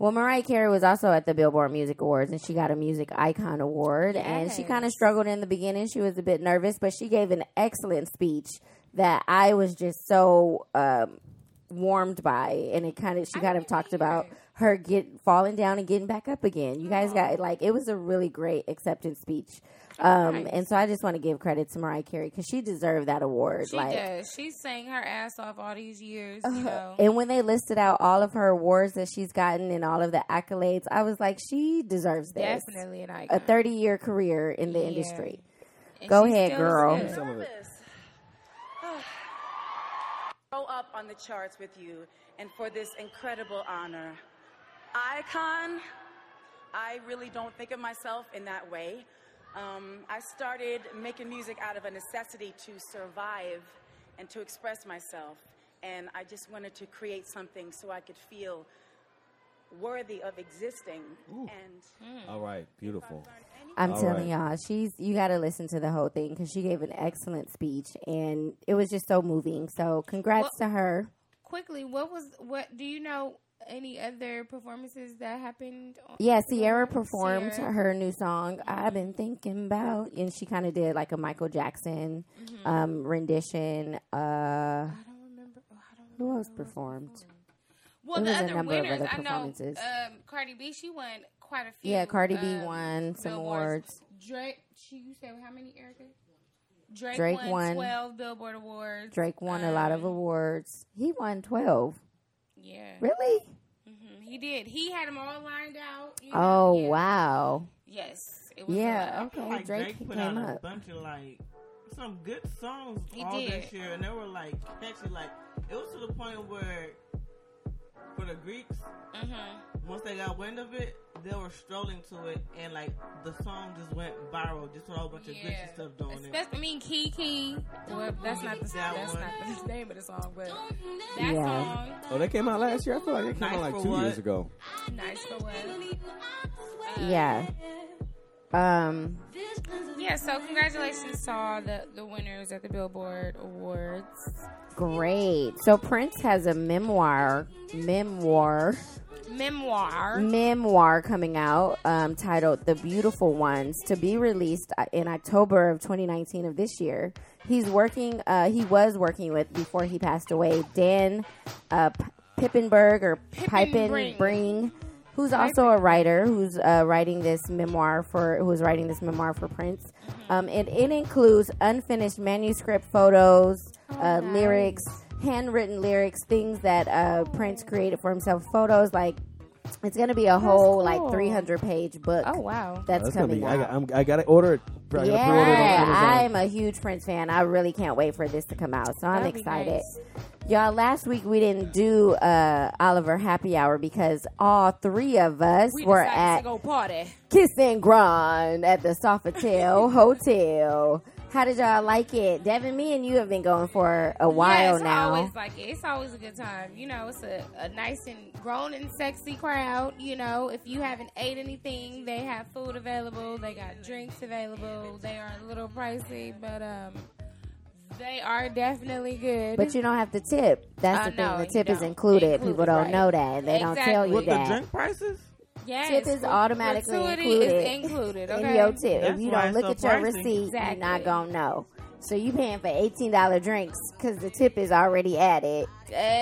Speaker 1: Well, Mariah Carey was also at the Billboard Music Awards and she got a Music Icon Award. And she
Speaker 2: Yes.
Speaker 1: kind of struggled in the beginning. She was a bit nervous, but she gave an excellent speech that I was just so um, warmed by. And it kind of, she kind of talked about her get falling down and getting back up again. You guys got like, it was a really great acceptance speech. Um,
Speaker 2: Nice.
Speaker 1: And so I just want to give credit to Mariah Carey because she deserved that award.
Speaker 2: She
Speaker 1: like,
Speaker 2: does. She sang her ass off all these years. You know.
Speaker 1: and when they listed out all of her awards that she's gotten and all of the accolades, I was like, she deserves this.
Speaker 2: Definitely an icon.
Speaker 1: A 30 year career in the
Speaker 2: Yeah.
Speaker 1: industry.
Speaker 2: And
Speaker 1: Go
Speaker 2: she
Speaker 1: ahead,
Speaker 2: still
Speaker 1: girl.
Speaker 2: is good.
Speaker 8: Some of it.
Speaker 11: Go up on the charts with you and for this incredible honor. Icon, I really don't think of myself in that way. Um, I started making music out of a necessity to survive and to express myself. And I just wanted to create something so I could feel worthy of existing. And
Speaker 2: Mm.
Speaker 8: All right, beautiful.
Speaker 1: I'm
Speaker 8: All
Speaker 1: telling
Speaker 8: right.
Speaker 1: y'all, she's you got to listen to the whole thing because she gave an excellent speech and it was just so moving. So congrats to her.
Speaker 2: Quickly, what was what? Do you know any other performances that happened? On,
Speaker 1: Yeah, Sierra performed
Speaker 2: Sierra.
Speaker 1: her new song "I've Been Thinking About" and she kind of did like a Michael Jackson um, rendition. Uh,
Speaker 2: Mm-hmm. I don't remember. Oh, I don't
Speaker 1: who else
Speaker 2: remember.
Speaker 1: performed? There
Speaker 2: Well, the
Speaker 1: was a
Speaker 2: other
Speaker 1: number of
Speaker 2: winners,
Speaker 1: other
Speaker 2: I know.
Speaker 1: performances.
Speaker 2: Um, Cardi B, she won quite a few.
Speaker 1: Yeah, Cardi B
Speaker 2: um,
Speaker 1: won some
Speaker 2: Billboards.
Speaker 1: awards.
Speaker 2: Drake, she, you said how many, Erica? Drake,
Speaker 1: Drake
Speaker 2: won,
Speaker 1: won.
Speaker 2: twelve Billboard awards.
Speaker 1: Drake won a lot of
Speaker 2: Um,
Speaker 1: awards. He won 12.
Speaker 2: Yeah,
Speaker 1: Really?
Speaker 2: Mhm, he did. He had them all lined out. you know,
Speaker 1: Oh,
Speaker 2: yeah.
Speaker 1: wow.
Speaker 2: Yes, it was uh, a lot.
Speaker 1: Yeah,
Speaker 5: I feel
Speaker 1: okay.
Speaker 5: like Drake,
Speaker 1: Drake
Speaker 5: put
Speaker 1: came
Speaker 5: out a
Speaker 1: up.
Speaker 5: bunch of like some good songs
Speaker 2: He
Speaker 5: all
Speaker 2: did.
Speaker 5: this year, and they were like catchy. Like it was to the point where for the Greeks,
Speaker 2: Mhm.
Speaker 5: once they got wind of it, they were strolling to it, and like the song just went viral. Just with a whole bunch of
Speaker 2: Yeah.
Speaker 5: Greek stuff doing it.
Speaker 2: Especially, I mean, Kiki. Well, that's not the
Speaker 5: That
Speaker 2: that's
Speaker 5: one.
Speaker 2: not the name of the song, but that
Speaker 1: Yeah.
Speaker 2: song.
Speaker 8: Oh, that came out last year. I feel like it came
Speaker 5: Nice
Speaker 8: out like
Speaker 5: for
Speaker 8: two
Speaker 5: what?
Speaker 8: years ago.
Speaker 2: Nice for what?
Speaker 1: Yeah. Um,
Speaker 2: Yeah, so congratulations to all the, the winners at the Billboard Awards.
Speaker 1: great. So Prince has a memoir, memoir,
Speaker 2: Memoir.
Speaker 1: Mm, memoir coming out um, titled "The Beautiful Ones" to be released uh, in October of 2019 of this year. He's working. Uh, he was working with before he passed away. Dan uh, P- Pippenberg or
Speaker 2: Pippenbring.
Speaker 1: Pippenbring, who's also a writer who's uh, writing this memoir for who's writing this memoir for Prince.
Speaker 2: Mm-hmm.
Speaker 1: Um, and it includes unfinished manuscript photos,
Speaker 2: Oh,
Speaker 1: uh, lyrics, handwritten lyrics, things that uh, Prince created for himself. Photos like it's going to be a whole like
Speaker 2: cool.
Speaker 1: 300 page book.
Speaker 2: Oh, wow.
Speaker 1: That's,
Speaker 8: That's gonna
Speaker 1: coming
Speaker 8: be.
Speaker 1: out.
Speaker 8: I, got- I'm, I gotta order it. I gotta pre-order it on
Speaker 1: Yeah,
Speaker 8: Amazon.
Speaker 1: I'm a huge Prince fan. I really can't wait for this to come out. So I'm
Speaker 2: That'd be
Speaker 1: excited.
Speaker 2: nice.
Speaker 1: Y'all, last week we didn't do uh, Oliver Happy Hour because all three of us
Speaker 2: We
Speaker 1: were
Speaker 2: decided
Speaker 1: at
Speaker 2: to go party.
Speaker 1: Kiss and Grind at the Sofitel Hotel. How did y'all like it? Devin, me and you have been going for a
Speaker 2: yeah,
Speaker 1: while
Speaker 2: it's
Speaker 1: now.
Speaker 2: always like it. It's always a good time. You know, it's a, a nice and grown and sexy crowd. You know, if you haven't ate anything, they have food available. They got drinks available. They are a little pricey, but um, they are definitely good.
Speaker 1: but you don't have to tip. That's the
Speaker 2: I
Speaker 1: thing.
Speaker 2: know,
Speaker 1: the
Speaker 2: you
Speaker 1: tip is
Speaker 2: don't.
Speaker 1: included.
Speaker 2: Included,
Speaker 1: People don't
Speaker 2: right.
Speaker 1: know that. They don't tell
Speaker 2: Exactly.
Speaker 1: you
Speaker 5: With the
Speaker 1: that.
Speaker 5: drink prices,
Speaker 2: yes,
Speaker 1: tip is automatically
Speaker 2: gratuity
Speaker 1: included.
Speaker 2: Is included.
Speaker 1: in
Speaker 2: Okay.
Speaker 1: your tip. if
Speaker 5: That's
Speaker 1: you
Speaker 5: why
Speaker 1: don't
Speaker 5: it's
Speaker 1: look
Speaker 5: so
Speaker 1: at your
Speaker 5: pricey.
Speaker 1: receipt,
Speaker 2: Exactly.
Speaker 1: you're not gonna know. So you paying for eighteen dollar drinks because the tip is already added.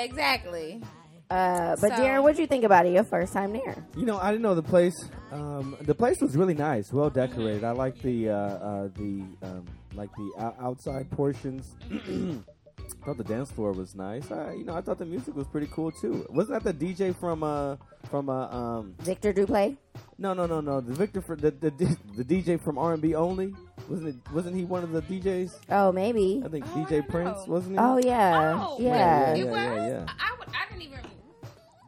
Speaker 2: Exactly.
Speaker 1: Uh, but
Speaker 2: So-
Speaker 1: Darren, what'd you think about it? Your first time there?
Speaker 8: You know, I didn't know the place. Um, the place was really nice, well decorated. I like the uh, uh, the um, like the ou- outside portions. I thought the dance floor was nice. I, you know, I thought the music was pretty cool too. Wasn't that the DJ from uh from uh um
Speaker 1: Victor Duplay?
Speaker 8: no no no no the Victor for the the, the DJ from R and B only wasn't it wasn't he one of the DJs?
Speaker 1: Oh, maybe.
Speaker 8: I think
Speaker 2: Oh, I
Speaker 8: DJ
Speaker 2: don't
Speaker 8: Prince
Speaker 2: know.
Speaker 8: wasn't he?
Speaker 1: Oh yeah,
Speaker 2: Oh,
Speaker 1: yeah.
Speaker 2: It
Speaker 8: yeah,
Speaker 2: was.
Speaker 8: yeah, yeah.
Speaker 2: I, would, I didn't even.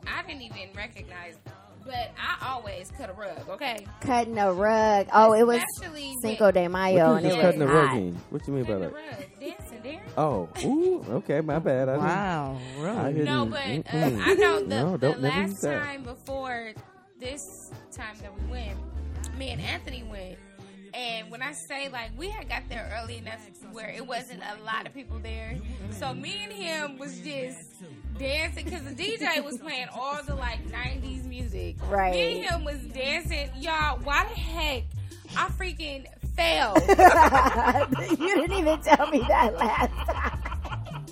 Speaker 2: I didn't even recognize. But I always cut a rug. Okay.
Speaker 1: Cutting a rug. Oh, it was
Speaker 2: Especially with-
Speaker 1: Cinco de
Speaker 8: What
Speaker 1: Mayo,
Speaker 8: you
Speaker 1: and
Speaker 8: just
Speaker 1: it
Speaker 8: cutting the
Speaker 1: was
Speaker 8: rug
Speaker 1: hot.
Speaker 8: in? What you mean by
Speaker 2: Cutting a
Speaker 8: that?
Speaker 2: rug, dancing there.
Speaker 8: Oh, ooh, okay, my bad. I
Speaker 5: Mm.
Speaker 8: didn't- I didn't-
Speaker 2: No, but uh,
Speaker 8: mm-mm.
Speaker 2: I know the,
Speaker 8: No,
Speaker 2: the
Speaker 8: don't- never use
Speaker 2: last
Speaker 8: that.
Speaker 2: time before this time that we went, me and Anthony went, And when I say like we had got there early enough where it wasn't a lot of people there, so me and him was just dancing because the DJ was playing all the like '90s music.
Speaker 1: Right.
Speaker 2: Me and him was dancing, y'all. Why the heck I freaking fell?
Speaker 1: you didn't even tell me that last time.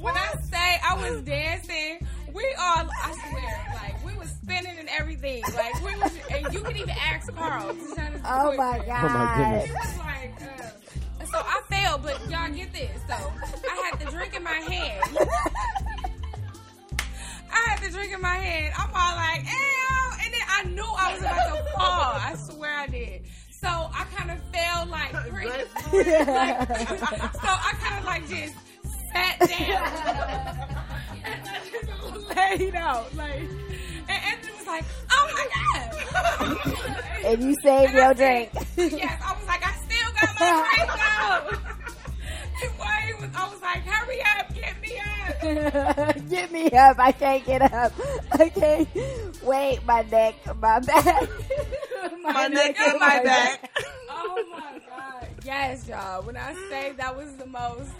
Speaker 2: when I say I was dancing, we all, I swear, like we was spinning and everything. Like we was, and you can even ask Carl. He's trying to-
Speaker 1: Oh my god.
Speaker 8: Oh my goodness.
Speaker 2: Like, uh, so I failed, but y'all get this. So I had the drink in my hand. I had the drink in my hand. I'm all like, ew. And then I knew I was about to fall. I swear I did. So I kind of fell like, pretty- like so I kind of like just sat down. and I just laid out. Like, and Anthony was like, oh my God.
Speaker 1: And you saved
Speaker 2: And I
Speaker 1: your drink.
Speaker 2: said- yes, I was like, I still got my drink though. And while he was, I was like, hurry up, get me up.
Speaker 1: get me up. I can't get up. I can't. Wait, my neck, my back. my,
Speaker 5: My neck and my back.
Speaker 2: Oh my god. Yes, y'all. When I say that was the most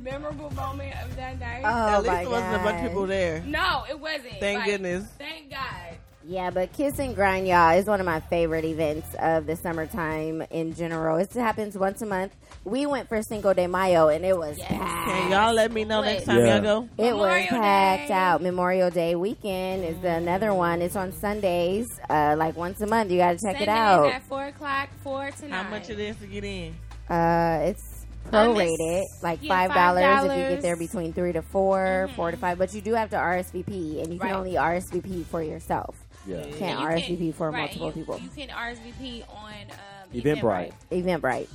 Speaker 2: memorable moment of that night.
Speaker 1: Oh
Speaker 5: At least
Speaker 1: my
Speaker 5: there wasn't a bunch of people
Speaker 1: god.
Speaker 5: there.
Speaker 2: no, it wasn't.
Speaker 5: Thank
Speaker 2: Like,
Speaker 5: goodness.
Speaker 2: Thank God.
Speaker 1: Yeah, but Kiss and Grind, y'all, is one of my favorite events of the summertime in general. It happens once a month. We went for Cinco de Mayo, and it was packed.
Speaker 5: Can y'all let me know next time
Speaker 8: Yeah.
Speaker 5: y'all go?
Speaker 1: It was
Speaker 2: Memorial
Speaker 1: packed
Speaker 2: Day.
Speaker 1: out. Memorial Day weekend is another one. It's on Sundays, uh, like once a month. You got to check
Speaker 2: Sunday
Speaker 1: it out.
Speaker 2: at four o'clock, four to
Speaker 5: How
Speaker 2: nine.
Speaker 5: much it is to get in?
Speaker 1: Uh, it's prorated,
Speaker 2: it's-
Speaker 1: like
Speaker 2: yeah,
Speaker 1: five dollars if you
Speaker 2: $5.
Speaker 1: get there between three to 4 four to five. But you do have to RSVP, and you
Speaker 2: Right.
Speaker 1: can only RSVP for yourself.
Speaker 8: Yeah.
Speaker 1: You
Speaker 2: And
Speaker 1: can't
Speaker 2: you can-
Speaker 1: RSVP for
Speaker 2: right,
Speaker 1: multiple
Speaker 2: you-
Speaker 1: people.
Speaker 2: You can RSVP on um,
Speaker 8: Eventbrite.
Speaker 1: Eventbrite.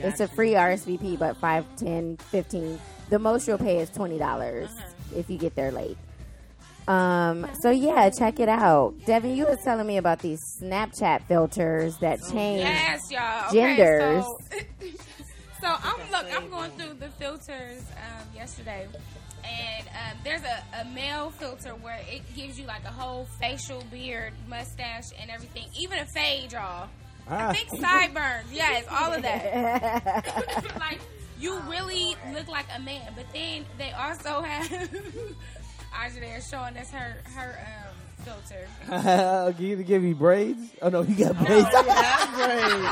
Speaker 1: It's a free RSVP, but 5, 10, 15. The most you'll pay is $20 dollars
Speaker 2: Uh-huh.
Speaker 1: if you get there late. Um, so yeah, check it out. Devin, you was telling me about these Snapchat filters that
Speaker 2: Oh,
Speaker 1: change.
Speaker 2: Yes, y'all.
Speaker 1: Genders.
Speaker 2: Okay, so, so I'm look. I'm going through the filters um, yesterday, and um, there's a, a male filter where it gives you like a whole facial, beard, mustache, and everything, even a fade, y'all.
Speaker 8: Ah.
Speaker 2: I think sideburns. Yes, all of that. like you really look like a man, but then they also have Aja there showing us her her um, filter.
Speaker 8: Give you give you braids? Oh no, you got braids.
Speaker 5: That's great.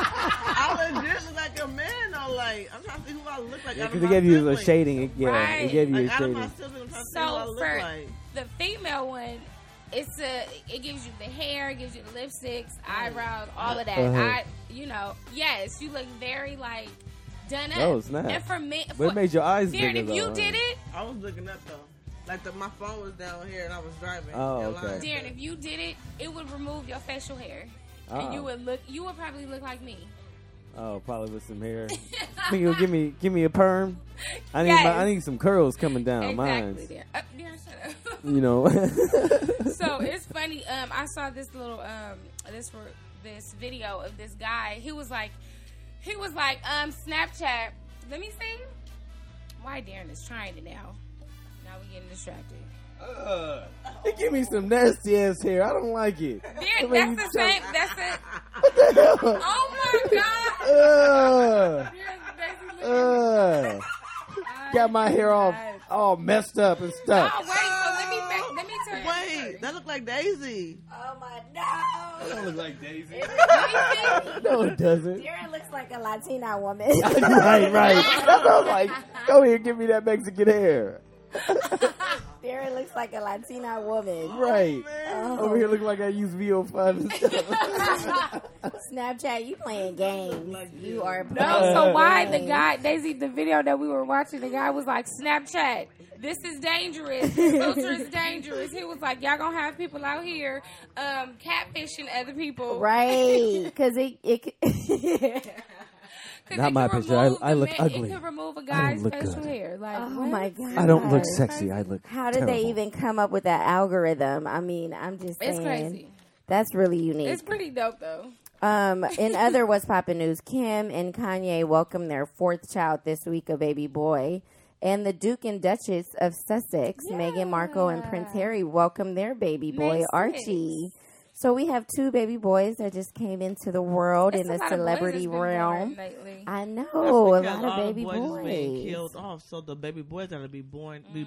Speaker 5: I legit look like a man though. Like I'm trying to see who I look like. out
Speaker 8: Because
Speaker 5: of
Speaker 8: they
Speaker 5: my
Speaker 8: gave you a
Speaker 5: siblings.
Speaker 8: shading. it- Yeah, it
Speaker 2: Right.
Speaker 8: gave you a
Speaker 5: Like out of my
Speaker 8: shading.
Speaker 5: siblings, I'm trying to see who I
Speaker 2: So
Speaker 5: look
Speaker 2: for
Speaker 5: like.
Speaker 2: the female one, it's a it gives you the hair, it gives you the lipsticks, eyebrows, all of that.
Speaker 8: Uh-huh.
Speaker 2: I you know, yes, you look very like done up.
Speaker 8: No, it's not.
Speaker 2: And for me,
Speaker 8: But
Speaker 2: for,
Speaker 8: it made your eyes
Speaker 2: Darren,
Speaker 8: bigger.
Speaker 2: if you
Speaker 8: though,
Speaker 2: did
Speaker 8: huh?
Speaker 2: it,
Speaker 5: I was looking up though. Like the, my phone was down here and I was driving.
Speaker 8: Oh,
Speaker 5: in
Speaker 8: okay.
Speaker 5: line.
Speaker 2: Darren, if you did it, it would remove your facial hair,
Speaker 8: Oh.
Speaker 2: and you would look, you would probably look like me.
Speaker 8: Oh, probably with some hair. Think you'll give me give me a perm. I need my,
Speaker 2: Yes.
Speaker 8: I need some curls coming down.
Speaker 2: exactly,
Speaker 8: Oh, Mine's
Speaker 2: Darren. Uh, Darren, shut up.
Speaker 8: you know.
Speaker 2: so it's funny. Um, I saw this little um this were this video of this guy. He was like, he was like, um, Snapchat. Let me see. Why Darren is trying it now? Now we getting distracted.
Speaker 8: They give me some nasty ass hair. I don't like it.
Speaker 2: Darren,
Speaker 8: mean,
Speaker 2: that's
Speaker 8: so-
Speaker 2: the same. That's it. Oh my god. Darren's
Speaker 8: Ugh.
Speaker 2: basically looking-
Speaker 8: Ugh. Got my hair all all messed up and
Speaker 2: Oh wait, so
Speaker 8: stuff.
Speaker 2: let me back, let me tell you.
Speaker 5: Wait, that looked like Daisy.
Speaker 1: Oh my no!
Speaker 8: That look like Daisy.
Speaker 2: Let me see.
Speaker 8: No, it doesn't.
Speaker 1: Darren looks like a Latina woman.
Speaker 8: right, right. That's what I was like. Go here, give me that Mexican hair.
Speaker 1: Darren looks like a Latina woman.
Speaker 8: Right.
Speaker 1: Oh.
Speaker 8: Over here looking like I use VO5 and stuff.
Speaker 1: Snapchat, you playing games. You are playing
Speaker 2: No, Oh, so why the
Speaker 1: games.
Speaker 2: guy Daisy the video that we were watching, the guy was like, Snapchat, this is dangerous. This filter is dangerous. He was like, Y'all gonna have people out here um catfishing other people.
Speaker 1: Right, because it, it c-
Speaker 2: 'Cause
Speaker 8: Not
Speaker 2: it
Speaker 8: my
Speaker 2: could
Speaker 8: picture. I-
Speaker 2: remove
Speaker 8: I
Speaker 2: the
Speaker 8: look
Speaker 2: man-
Speaker 8: ugly.
Speaker 2: It could remove a
Speaker 8: don't
Speaker 2: guy's
Speaker 8: look
Speaker 2: facial
Speaker 8: good.
Speaker 2: hair. Like
Speaker 1: oh
Speaker 2: what?
Speaker 1: my god!
Speaker 8: I don't look sexy. I look.
Speaker 1: How did they
Speaker 8: terrible.
Speaker 1: even come up with that algorithm? I mean, I'm just saying
Speaker 2: It's crazy.
Speaker 1: that's really unique.
Speaker 2: It's pretty dope though.
Speaker 1: Um, in other What's Poppin' news, Kim and Kanye welcomed their fourth child this week, a baby boy. And the Duke and Duchess of Sussex, Meghan Markle and Prince Harry, welcomed their baby boy,
Speaker 2: May
Speaker 1: Archie. So we have two baby boys that just came into the world in
Speaker 2: It's a
Speaker 1: the
Speaker 2: lot of boys
Speaker 1: celebrity
Speaker 2: that's been born
Speaker 1: realm.
Speaker 2: lately.
Speaker 1: I know
Speaker 5: That's
Speaker 1: a
Speaker 5: because
Speaker 1: lot of
Speaker 5: all the
Speaker 1: baby
Speaker 5: boys, is being
Speaker 1: boys.
Speaker 5: killed off, so the baby boys gotta be born be,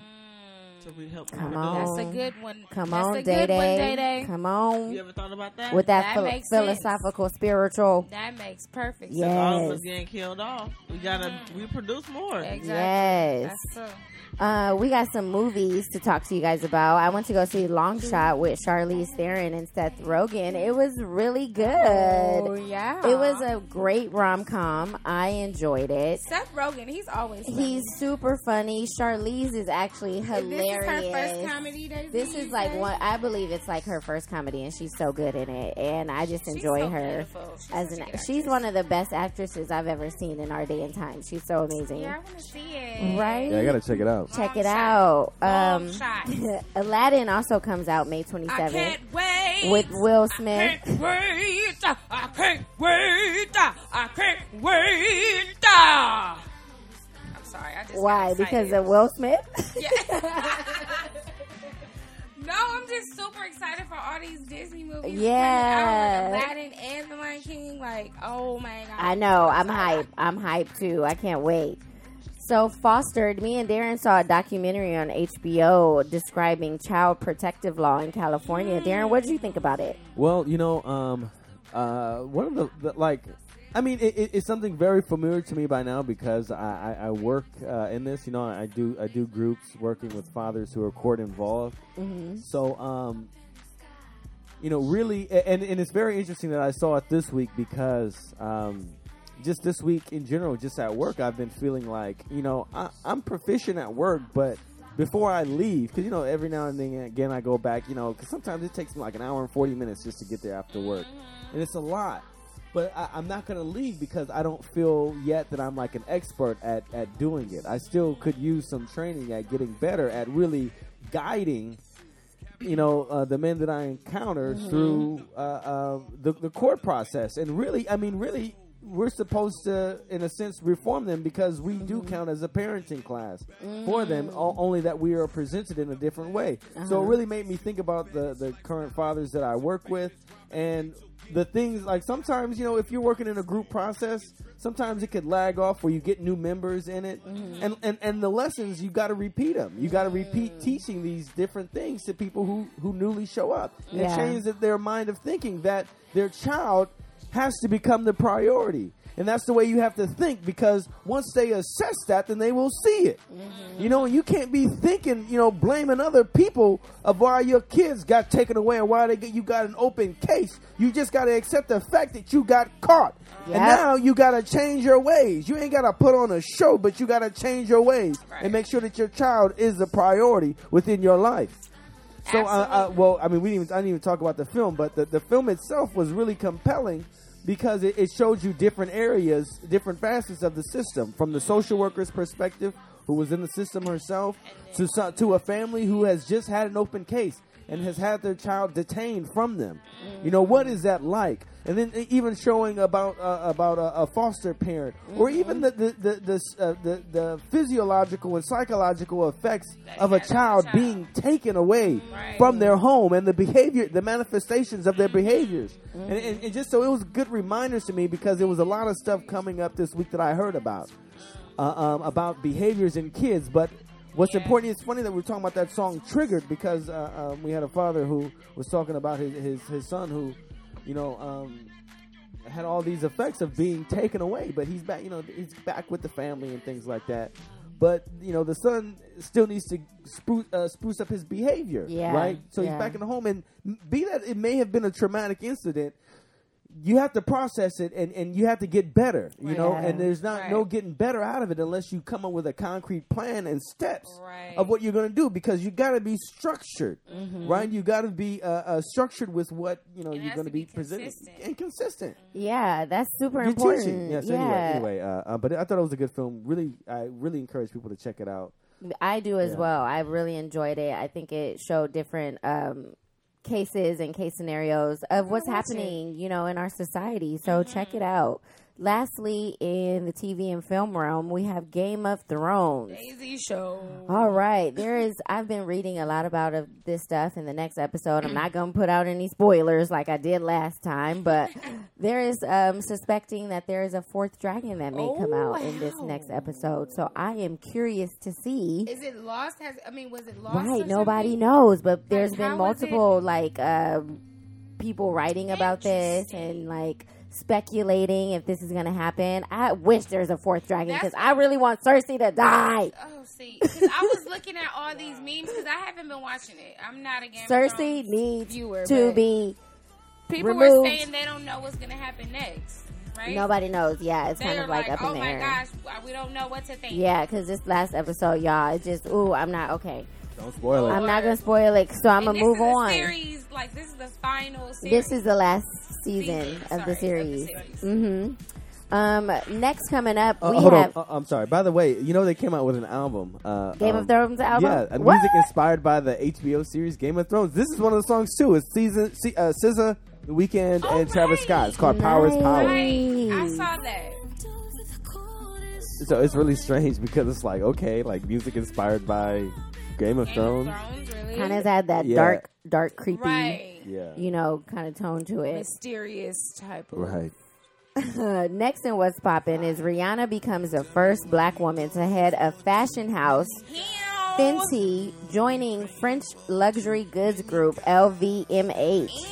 Speaker 5: to re- help.
Speaker 1: Come
Speaker 5: reproduce.
Speaker 1: on.
Speaker 2: That's a good one.
Speaker 1: Oh. Come
Speaker 2: That's
Speaker 1: on,
Speaker 2: a good one,
Speaker 1: Day Day.
Speaker 2: Day-Day.
Speaker 1: Come on
Speaker 5: You ever thought about that?
Speaker 1: with that,
Speaker 2: That
Speaker 1: phil-
Speaker 2: makes sense.
Speaker 1: philosophical, spiritual.
Speaker 2: That makes perfect
Speaker 1: Yeah.
Speaker 2: sense.
Speaker 5: All of
Speaker 1: Yes.
Speaker 5: us getting killed off. We gotta reproduce more.
Speaker 2: Exactly.
Speaker 1: Yes.
Speaker 2: That's true.
Speaker 1: Uh, we got some movies to talk to you guys about. I went to go see Long Shot with Charlize Theron and Seth Rogen. It was really good.
Speaker 2: Oh, yeah.
Speaker 1: It was a great rom com. I enjoyed it.
Speaker 2: Seth Rogen, he's always
Speaker 1: He's super funny. Charlize is actually
Speaker 2: funny. This is
Speaker 1: hilarious.
Speaker 2: her first comedy that
Speaker 1: This
Speaker 2: you
Speaker 1: is like
Speaker 2: say?
Speaker 1: one. I believe it's like her first comedy, and she's so good in it. And I just enjoy
Speaker 2: so
Speaker 1: her
Speaker 2: beautiful. She's
Speaker 1: as
Speaker 2: such
Speaker 1: an.
Speaker 2: a good
Speaker 1: She's one of the best actresses I've ever seen in our day and time. She's so amazing,
Speaker 2: Yeah, I want to see it.
Speaker 1: right?
Speaker 8: Yeah, I gotta check it out.
Speaker 1: Check
Speaker 2: Long
Speaker 1: it
Speaker 2: shot.
Speaker 1: out.
Speaker 2: Long
Speaker 1: Um,
Speaker 2: shot.
Speaker 1: Aladdin also comes out May twenty
Speaker 2: I
Speaker 1: seventh
Speaker 2: can't wait.
Speaker 1: with Will
Speaker 2: I
Speaker 1: Smith.
Speaker 2: can't wait. I can't wait. I can't wait. I'm sorry. I just got
Speaker 1: Why?
Speaker 2: excited.
Speaker 1: Because of Will Smith.
Speaker 2: No, I'm just super excited for all these Disney movies.
Speaker 1: Yeah.
Speaker 2: coming out, like Aladdin and The Lion King. Like, oh my god!
Speaker 1: I know. I'm hype. I'm hype too. I can't wait. So fostered, me and Darren saw a documentary on HBO describing child protective law in California. Darren, what did you think about it?
Speaker 8: Well, you know, um, uh, one of the, the like, I mean, it, it, it's something very familiar to me by now because I, I, I work uh, in this. You know, I do I do groups working with fathers who are court involved. So, um, you know, really, a- and, and it's very interesting that I saw it this week because um, just this week in general, just at work, I've been feeling like, you know, I, I'm proficient at work, but before I leave, because, you know, every now and then again I go back, you know, because sometimes it takes me like an hour and 40 minutes just to get there after work. And it's a lot. But I, I'm not going to leave because I don't feel yet that I'm like an expert at, at doing it. I still could use some training at getting better at really guiding you know uh, the men that I encounter through uh, uh, the the court process, and really, I mean, really, we're supposed to, in a sense, reform them because we do count as a parenting class for them. o- Only that we are presented in a different way. So it really made me think about the the current fathers that I work with, and the things like sometimes you know if you're working in a group process sometimes it could lag off where you get new members in it and, and and the lessons you got to repeat them you got to repeat teaching these different things to people who who newly show up and
Speaker 1: Yeah.
Speaker 8: change that their mind of thinking that their child has to become the priority and that's the way you have to think because once they assess that then they will see it you know you can't be thinking you know blaming other people of why your kids got taken away or why they get, you got an open case you just got to accept the fact that you got caught and
Speaker 1: Yep.
Speaker 8: now you got to change your ways you ain't got to put on a show but you got to change your ways and
Speaker 2: Right.
Speaker 8: make sure that your child is the priority within your life so, uh, uh,
Speaker 2: Absolutely.
Speaker 8: well, I mean, we didn't even, I didn't even talk about the film, but the, the film itself was really compelling because it, it showed you different areas, different facets of the system, from the social worker's perspective, who was in the system herself, to so, to a family who has just had an open case and has had their child detained from them. You know, what is that like? And then e- even showing about uh, about a, a foster parent, or even the the the the, s- uh, the the physiological and psychological effects of a
Speaker 2: has on the
Speaker 8: child
Speaker 2: child.
Speaker 8: being taken away
Speaker 2: Right.
Speaker 8: from their home and the behavior, the manifestations of their behaviors. And, and, and just so it was good reminders to me because there was a lot of stuff coming up this week that I heard about uh, um, about behaviors in kids. But what's important, it's funny that we're talking about that song Triggered because uh, um, we had a father who was talking about his, his, his son who, you know, um, had all these effects of being taken away, but he's back, you know, he's back with the family and things like that. But you know, the son still needs to spruce, uh, spruce up his behavior,
Speaker 1: Yeah,
Speaker 8: right? So
Speaker 1: yeah.
Speaker 8: he's back in the home, and be that it may have been a traumatic incident, you have to process it, and, and you have to get better, you know.
Speaker 1: Yeah.
Speaker 8: And there's not
Speaker 2: Right.
Speaker 8: no getting better out of it unless you come up with a concrete plan and steps
Speaker 2: Right.
Speaker 8: of what you're going to do, because you got to be structured, right? You got to be uh, uh, structured with what you know you're
Speaker 2: has
Speaker 8: going
Speaker 2: to
Speaker 8: be,
Speaker 2: be
Speaker 8: presented
Speaker 2: consistent.
Speaker 8: and consistent.
Speaker 1: Yeah, that's super
Speaker 8: You're
Speaker 1: important.
Speaker 8: teaching. Yes.
Speaker 1: yeah,
Speaker 8: Anyway. Anyway. Uh, uh, but I thought it was a good film. Really, I really encourage people to check it out.
Speaker 1: I do as
Speaker 8: Yeah.
Speaker 1: well. I really enjoyed it. I think it showed different um,
Speaker 2: Mm-hmm.
Speaker 1: cases and case scenarios of what's happening, you know, in our society. So check it out. Lastly, in the TV and film realm, we have Game of Thrones.
Speaker 2: Easy show.
Speaker 1: All right, there is. I've been reading a lot about of this stuff in the next episode. I'm not going to put out any spoilers like I did last time, but there is um, suspecting that there is a fourth dragon that may come
Speaker 2: Oh,
Speaker 1: out in this
Speaker 2: wow.
Speaker 1: next episode. So I am curious to see.
Speaker 2: Is it lost? Has I mean, was it lost? or
Speaker 1: Right, nobody
Speaker 2: something?
Speaker 1: knows, but there's
Speaker 2: how
Speaker 1: been
Speaker 2: is
Speaker 1: multiple like uh, people writing about this and like speculating if this is gonna happen. I wish there's a fourth dragon because
Speaker 2: That's-
Speaker 1: I really want Cersei to die.
Speaker 2: Oh, see, 'cause I was looking at all these memes because I haven't been watching it. I'm not a Game of
Speaker 1: Cersei
Speaker 2: Thrones
Speaker 1: needs
Speaker 2: viewer,
Speaker 1: to
Speaker 2: but
Speaker 1: be.
Speaker 2: People were
Speaker 1: removed.
Speaker 2: saying they don't know what's gonna happen next, right?
Speaker 1: Nobody knows. Yeah, it's
Speaker 2: They
Speaker 1: kind
Speaker 2: are
Speaker 1: of like, up
Speaker 2: oh
Speaker 1: in the
Speaker 2: my
Speaker 1: air.
Speaker 2: gosh, w- we don't know what to think.
Speaker 1: Yeah, because this last episode, y'all, it's just ooh, I'm not okay.
Speaker 8: Don't spoil
Speaker 1: I'm
Speaker 8: it.
Speaker 1: not gonna spoil it, so I'm
Speaker 2: And
Speaker 1: gonna
Speaker 2: this
Speaker 1: move
Speaker 2: is a
Speaker 1: on.
Speaker 2: Series like this is the final series.
Speaker 1: This is the last season,
Speaker 2: Season,
Speaker 1: of,
Speaker 2: sorry,
Speaker 1: the
Speaker 2: of the
Speaker 1: series.
Speaker 2: series.
Speaker 1: Mm-hmm. Um, next coming up,
Speaker 8: Uh,
Speaker 1: we
Speaker 8: hold
Speaker 1: have
Speaker 8: on. Uh, I'm sorry. By the way, you know they came out with an album. Uh,
Speaker 1: Game
Speaker 8: um,
Speaker 1: of Thrones album.
Speaker 8: Yeah, a
Speaker 1: What?
Speaker 8: music inspired by the HBO series Game of Thrones. This is one of the songs too. It's season, C- uh, SZA, The Weeknd,
Speaker 2: Oh,
Speaker 8: and Travis
Speaker 2: right.
Speaker 8: Scott. It's called Power is Power.
Speaker 2: Right, I
Speaker 1: Nice.
Speaker 2: saw that.
Speaker 8: So it's really strange because it's like okay, like music inspired by Game of
Speaker 2: Game
Speaker 8: Thrones.
Speaker 2: of Thrones, really?
Speaker 1: Kind of had that
Speaker 8: Yeah.
Speaker 1: dark, dark, creepy,
Speaker 2: right.
Speaker 8: Yeah.
Speaker 1: you know, kind of tone to it.
Speaker 2: Mysterious type of
Speaker 8: Right.
Speaker 1: Uh, next in what's poppin' is Rihanna becomes the first black woman to head a fashion house,
Speaker 2: Ew,
Speaker 1: Fenty, joining French luxury goods group LVMH.
Speaker 2: ew.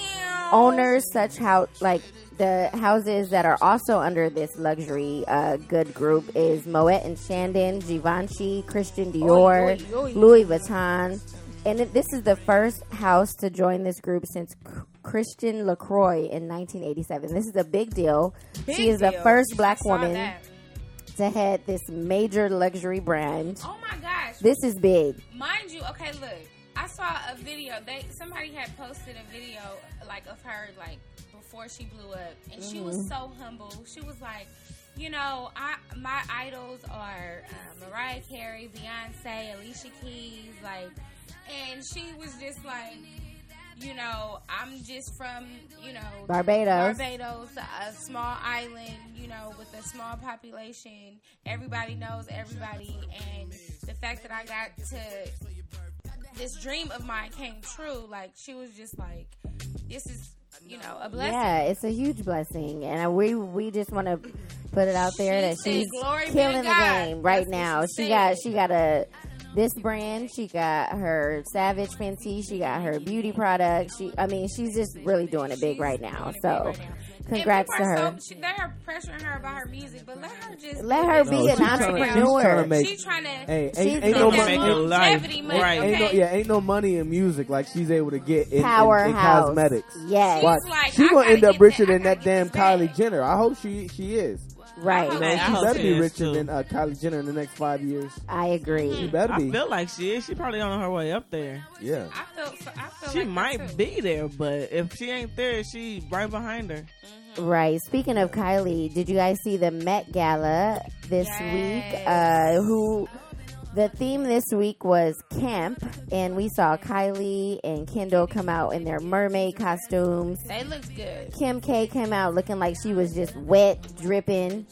Speaker 1: owners such how like the houses that are also under this luxury uh, good group is Moet and Chandon, Givenchy, Christian Dior,
Speaker 2: Oy, oy, oy.
Speaker 1: Louis Vuitton, and it- this is the first house to join this group since C- Christian Lacroix in 1987. This is a big deal. she
Speaker 2: Big
Speaker 1: is the
Speaker 2: deal.
Speaker 1: first
Speaker 2: I
Speaker 1: black
Speaker 2: saw
Speaker 1: woman
Speaker 2: that.
Speaker 1: to head this major luxury brand.
Speaker 2: Oh my gosh.
Speaker 1: This is big.
Speaker 2: Mind you, okay, look, I saw a video. They somebody had posted a video like of her like before she blew up, and she was so humble. She was like, you know, I my idols are uh, Mariah Carey, Beyonce, Alicia Keys, like, and she was just like. You know, I'm just from, you know,
Speaker 1: Barbados.
Speaker 2: Barbados, a small island, you know, with a small population. Everybody knows everybody, and the fact that I got to this dream of mine came true. Like she was just like, this is, you know, a blessing.
Speaker 1: Yeah, it's a huge blessing, and uh, we we just want to put it out there that
Speaker 2: She said,
Speaker 1: she's
Speaker 2: "Glory be to
Speaker 1: killing the
Speaker 2: God."
Speaker 1: game right
Speaker 2: That's what
Speaker 1: now.
Speaker 2: she
Speaker 1: She got
Speaker 2: said.
Speaker 1: she got a this brand. She got her Savage Fenty. She got her beauty product. She, I mean, she's just really doing it big
Speaker 2: She's
Speaker 1: right now.
Speaker 2: doing it big
Speaker 1: So,
Speaker 2: right now. And
Speaker 1: congrats to
Speaker 2: people are
Speaker 1: her.
Speaker 2: So, she, they are pressuring her about her music, but let her just
Speaker 1: Let her be
Speaker 8: No,
Speaker 1: an
Speaker 8: she's tryna- she's
Speaker 1: entrepreneur.
Speaker 8: tryna make-
Speaker 2: She's trying to.
Speaker 8: Hey, ain't,
Speaker 1: She's
Speaker 8: ain't
Speaker 1: been
Speaker 8: no
Speaker 2: that
Speaker 5: make
Speaker 8: money.
Speaker 5: a
Speaker 8: Ain't,
Speaker 2: longevity money,
Speaker 5: Right.
Speaker 2: okay?
Speaker 8: ain't no, yeah, ain't no money in music like she's able to get in, in- in
Speaker 1: Powerhouse.
Speaker 8: cosmetics.
Speaker 1: Yes.
Speaker 8: Watch.
Speaker 2: She's like,
Speaker 8: she
Speaker 2: I
Speaker 8: gonna
Speaker 2: gotta
Speaker 8: end up
Speaker 2: get that-
Speaker 8: richer
Speaker 2: I
Speaker 8: than that
Speaker 2: gotta
Speaker 8: damn
Speaker 2: get this
Speaker 8: Kylie Jenner. I hope she she is.
Speaker 1: right.
Speaker 2: Uh-huh.
Speaker 5: Man, I
Speaker 8: She
Speaker 5: hope
Speaker 8: better be
Speaker 5: she is,
Speaker 8: richer
Speaker 5: too.
Speaker 8: than uh, Kylie Jenner in the next five years.
Speaker 1: I agree.
Speaker 2: Mm-hmm.
Speaker 8: She better
Speaker 5: I
Speaker 8: be.
Speaker 5: feel like she is. She probably on her way up there.
Speaker 8: Yeah.
Speaker 2: I feel. so- I feel
Speaker 5: She
Speaker 2: like that,
Speaker 5: might
Speaker 2: too.
Speaker 5: be there, but if she ain't there, she right behind her.
Speaker 1: Right. Speaking of Kylie, did you guys see the Met Gala this week? Uh, who the theme this week was camp, and we saw Kylie and Kendall come out in their mermaid costumes.
Speaker 2: They looked good.
Speaker 1: Kim K came out looking like she was just wet, dripping.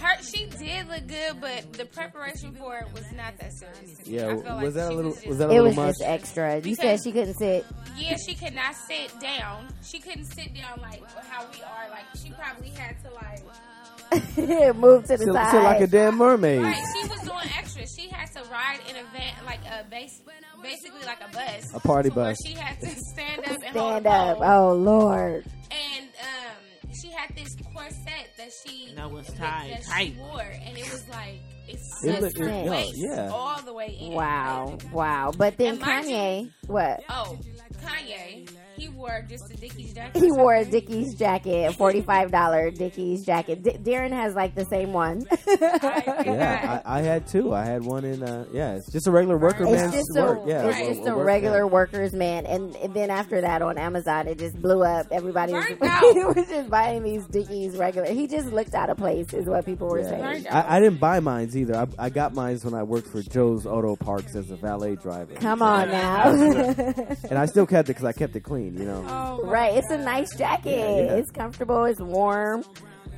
Speaker 2: Her, she did look good, but the preparation for it was not that serious. to me. I
Speaker 8: Yeah.
Speaker 2: feel
Speaker 8: Was
Speaker 2: like
Speaker 8: that a
Speaker 2: she
Speaker 8: little?
Speaker 2: just-
Speaker 8: Was that a
Speaker 1: It
Speaker 8: little
Speaker 1: was
Speaker 8: much?
Speaker 1: just extra. You said she couldn't sit.
Speaker 2: Yeah, she could not sit down. She couldn't sit down like how we are. Like she probably had to like.
Speaker 1: Move to the
Speaker 8: She look-
Speaker 1: side.
Speaker 8: she look like a damn mermaid.
Speaker 2: Right, she was doing extra. She had to ride in a van, like a base, basically like a bus,
Speaker 8: A party
Speaker 2: to where
Speaker 8: bus.
Speaker 2: She had to stand up and hold
Speaker 1: Stand
Speaker 2: a
Speaker 1: up.
Speaker 2: pole.
Speaker 1: Oh Lord.
Speaker 2: And um, she had this corset that she
Speaker 5: That was tight,
Speaker 2: that she
Speaker 5: tight.
Speaker 2: wore, and it was like it
Speaker 8: It
Speaker 2: sucked
Speaker 8: looked-
Speaker 2: her
Speaker 1: it- no,
Speaker 2: waist
Speaker 8: yeah.
Speaker 2: all the way in.
Speaker 1: Wow. Wow. But then
Speaker 2: And mind you-
Speaker 1: Kanye, what?
Speaker 2: Oh, Kanye, he wore just a Dickies jacket.
Speaker 1: He wore a Dickies jacket, a forty-five dollar Dickies jacket. D- Darren has like the same one.
Speaker 2: I-
Speaker 8: Yeah, I, I had two. I had one in. Uh, yeah, it's just a regular worker
Speaker 1: it's
Speaker 8: man's
Speaker 1: just
Speaker 8: work.
Speaker 1: a,
Speaker 8: yeah,
Speaker 1: it's
Speaker 2: right.
Speaker 1: just a
Speaker 8: work-
Speaker 1: regular workers man. And, and then after that on Amazon, it just blew up. Everybody was,
Speaker 2: Burnt out.
Speaker 1: was just buying these Dickies regular. He just looked out of place, is what people were
Speaker 8: Yeah.
Speaker 1: saying.
Speaker 8: I, I didn't buy mines either. I, I got mines when I worked for Joe's Auto Parks as a valet driver,
Speaker 1: Come on now,
Speaker 8: and I still kept it because I kept it clean. You know,
Speaker 2: Oh,
Speaker 1: right? It's a nice jacket.
Speaker 8: Yeah, yeah.
Speaker 1: It's comfortable. It's warm.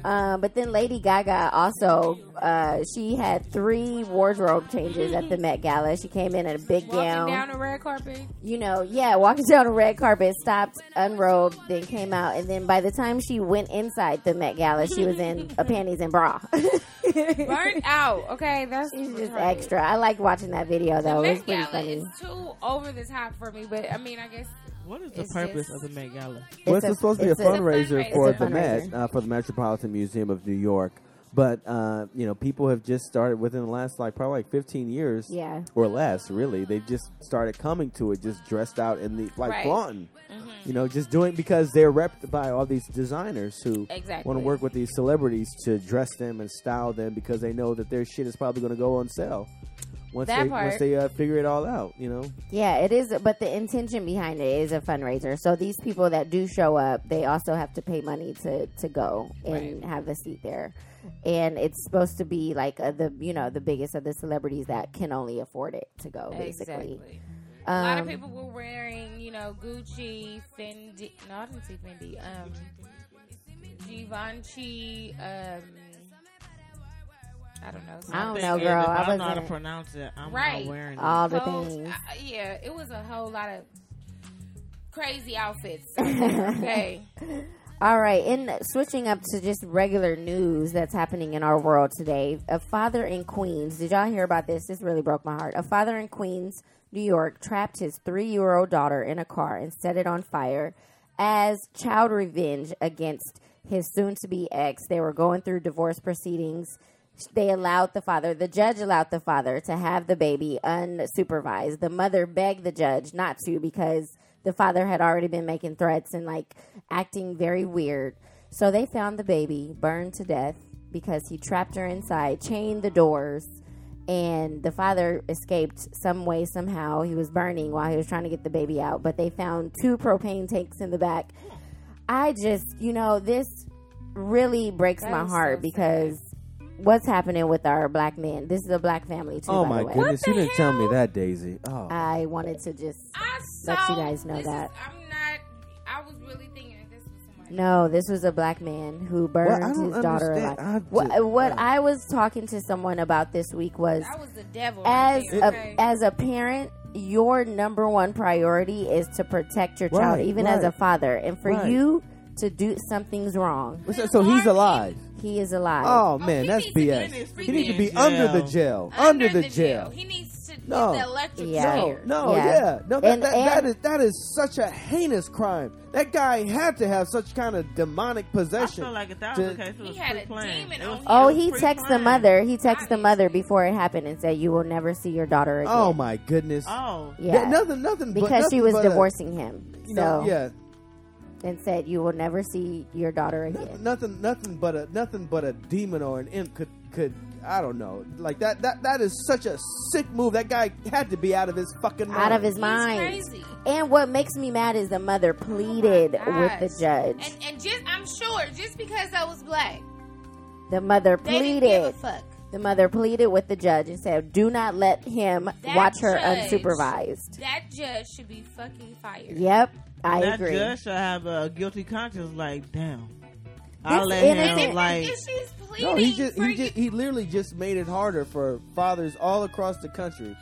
Speaker 1: Um, but then Lady Gaga also, uh, she had three wardrobe changes at the Met Gala. She came in in a big
Speaker 2: Walking
Speaker 1: gown.
Speaker 2: down the red carpet.
Speaker 1: you know, yeah, walking down the red carpet, stopped, unrobed, then came out. And then by the time she went inside the Met Gala, she was in a panties and bra.
Speaker 2: Burnt out. Okay, that's
Speaker 1: She's just
Speaker 2: retarded.
Speaker 1: extra. I liked watching that video, though.
Speaker 2: The
Speaker 1: It was
Speaker 2: Met
Speaker 1: pretty
Speaker 2: Gala
Speaker 1: funny.
Speaker 2: is too over the top for me, but I mean, I guess
Speaker 6: What is the
Speaker 2: It's
Speaker 6: purpose
Speaker 2: just-
Speaker 6: of the Met Gala?
Speaker 8: Well,
Speaker 1: It's
Speaker 8: it's
Speaker 1: a-
Speaker 8: supposed to be a
Speaker 1: it's a-
Speaker 8: fundraiser
Speaker 2: It's a
Speaker 8: for
Speaker 1: fundraiser.
Speaker 8: the Met, uh, for the Metropolitan Museum of New York. But uh, you know, people have just started within the last like probably like fifteen years,
Speaker 1: Yeah.
Speaker 8: or less. Really, they just started coming to it, just dressed out in the like
Speaker 2: Right. Mm-hmm.
Speaker 8: flaunting, you know, just doing because they're repped by all these designers who
Speaker 2: Exactly.
Speaker 8: want to work with these celebrities to dress them and style them because they know that their shit is probably going to go on sale once
Speaker 2: That
Speaker 8: they once
Speaker 2: part.
Speaker 8: they uh, figure it all out. You know,
Speaker 1: Yeah, it is. But the intention behind it is a fundraiser. So these people that do show up, they also have to pay money to to go and have a seat there. And it's supposed to be like uh the you know the biggest of the celebrities that can only afford it to go. Basically,
Speaker 2: Exactly.
Speaker 1: um,
Speaker 2: a lot of people were wearing, you know, Gucci, Fendi. No, I didn't see Fendi. Um, Givenchy. Um, I don't
Speaker 1: I
Speaker 2: know.
Speaker 1: don't
Speaker 2: something.
Speaker 1: know,
Speaker 6: And
Speaker 1: girl,
Speaker 6: If
Speaker 1: I
Speaker 6: I don't know how to
Speaker 1: wasn't-
Speaker 6: pronounce it. I'm
Speaker 2: Right.
Speaker 6: not wearing it.
Speaker 1: all the
Speaker 2: Clothes,
Speaker 1: things.
Speaker 2: Oh, I- I- yeah, it was a whole lot of crazy outfits. okay.
Speaker 1: All right, and switching up to just regular news that's happening in our world today. A father in Queens, did y'all hear about this? This really broke my heart. A father in Queens, New York, trapped his three year old daughter in a car and set it on fire as child revenge against his soon to be ex. They were going through divorce proceedings. They allowed the father, the judge allowed the father to have the baby unsupervised. The mother begged the judge not to because the father had already been making threats and like acting very weird. So they found the baby burned to death because he trapped her inside, chained the doors, and the father escaped some way, somehow. He was burning while he was trying to get the baby out, but they found two propane tanks in the back. I just, you know, this really breaks
Speaker 2: That
Speaker 1: my
Speaker 2: is
Speaker 1: heart
Speaker 2: so
Speaker 1: because what's happening with our black men? This is a black family, too.
Speaker 8: oh
Speaker 1: by
Speaker 8: my
Speaker 1: the way.
Speaker 8: goodness,
Speaker 2: What
Speaker 8: you
Speaker 2: the Uh,
Speaker 8: didn't tell me that, Daisy. Oh,
Speaker 1: I wanted to just.
Speaker 2: I
Speaker 1: Let you
Speaker 2: saw-
Speaker 1: guys know
Speaker 2: this
Speaker 1: that.
Speaker 2: is- I'm not. I was really thinking that this was somebody.
Speaker 1: No, this was a black man who burned
Speaker 8: I don't
Speaker 1: his daughter
Speaker 8: understand.
Speaker 1: alive.
Speaker 8: I
Speaker 1: What,
Speaker 8: just- uh,
Speaker 1: what I was talking to someone about this week was
Speaker 2: That was the devil.
Speaker 1: as
Speaker 2: right there, okay?
Speaker 1: a, as a parent, your number one priority is to protect your child,
Speaker 8: Right,
Speaker 1: even as a
Speaker 8: right.
Speaker 1: father. And for
Speaker 8: Right.
Speaker 1: you to do something's wrong,
Speaker 8: so, so he's alive.
Speaker 1: he is alive.
Speaker 8: Oh
Speaker 2: Oh,
Speaker 8: man,
Speaker 2: he
Speaker 8: that's
Speaker 2: needs to be
Speaker 8: BS.
Speaker 2: in his
Speaker 8: he needs to be
Speaker 2: freaking
Speaker 8: under the
Speaker 6: jail.
Speaker 8: jail, under, the, jail.
Speaker 2: He needs to
Speaker 8: No.
Speaker 2: get the electric
Speaker 1: Yeah.
Speaker 2: chair.
Speaker 8: No,
Speaker 1: Yeah.
Speaker 8: yeah, no, that,
Speaker 1: And-
Speaker 8: that,
Speaker 1: and-
Speaker 8: that is that is such a heinous crime. That guy had to have such kind of demonic
Speaker 5: I
Speaker 8: possession.
Speaker 5: feel like if that was the
Speaker 8: To-
Speaker 5: case, it was
Speaker 2: He had a
Speaker 5: pre-planned.
Speaker 2: demon
Speaker 5: It was-
Speaker 2: on
Speaker 1: Oh,
Speaker 5: it was
Speaker 1: he texts the
Speaker 5: pre-planned.
Speaker 1: mother. He texts the mother before it happened and said, "You will never see your daughter again."
Speaker 8: oh my goodness!
Speaker 5: Oh,
Speaker 1: yeah,
Speaker 8: That- nothing, nothing. but-
Speaker 1: because she
Speaker 8: nothing
Speaker 1: was
Speaker 8: but a-
Speaker 1: divorcing him. So
Speaker 8: you know, yeah,
Speaker 1: and said, "You will never see your daughter
Speaker 8: nothing,
Speaker 1: again."
Speaker 8: nothing, nothing but a nothing but a demon or an imp could could. I don't know. Like that that that is such a sick move. That guy had to be out of his fucking mind.
Speaker 1: Out of his
Speaker 2: He's
Speaker 1: mind.
Speaker 2: crazy.
Speaker 1: And what makes me mad is the mother pleaded
Speaker 2: Oh gosh.
Speaker 1: with the judge.
Speaker 2: And and just I'm sure just because I was black,
Speaker 1: the mother
Speaker 2: they didn't give a
Speaker 1: pleaded.
Speaker 2: fuck.
Speaker 1: The mother pleaded with the judge and said, "Do not let him
Speaker 2: That
Speaker 1: watch her
Speaker 2: judge.
Speaker 1: unsupervised."
Speaker 2: That judge should be fucking fired.
Speaker 1: Yep, I
Speaker 5: that
Speaker 1: agree.
Speaker 5: judge should have a guilty conscience. Like, damn, I
Speaker 1: That's
Speaker 5: let
Speaker 1: innocent.
Speaker 5: him like.
Speaker 2: If she's pleading,
Speaker 8: No, he just
Speaker 2: for
Speaker 8: he just he literally just made it harder for fathers all across the country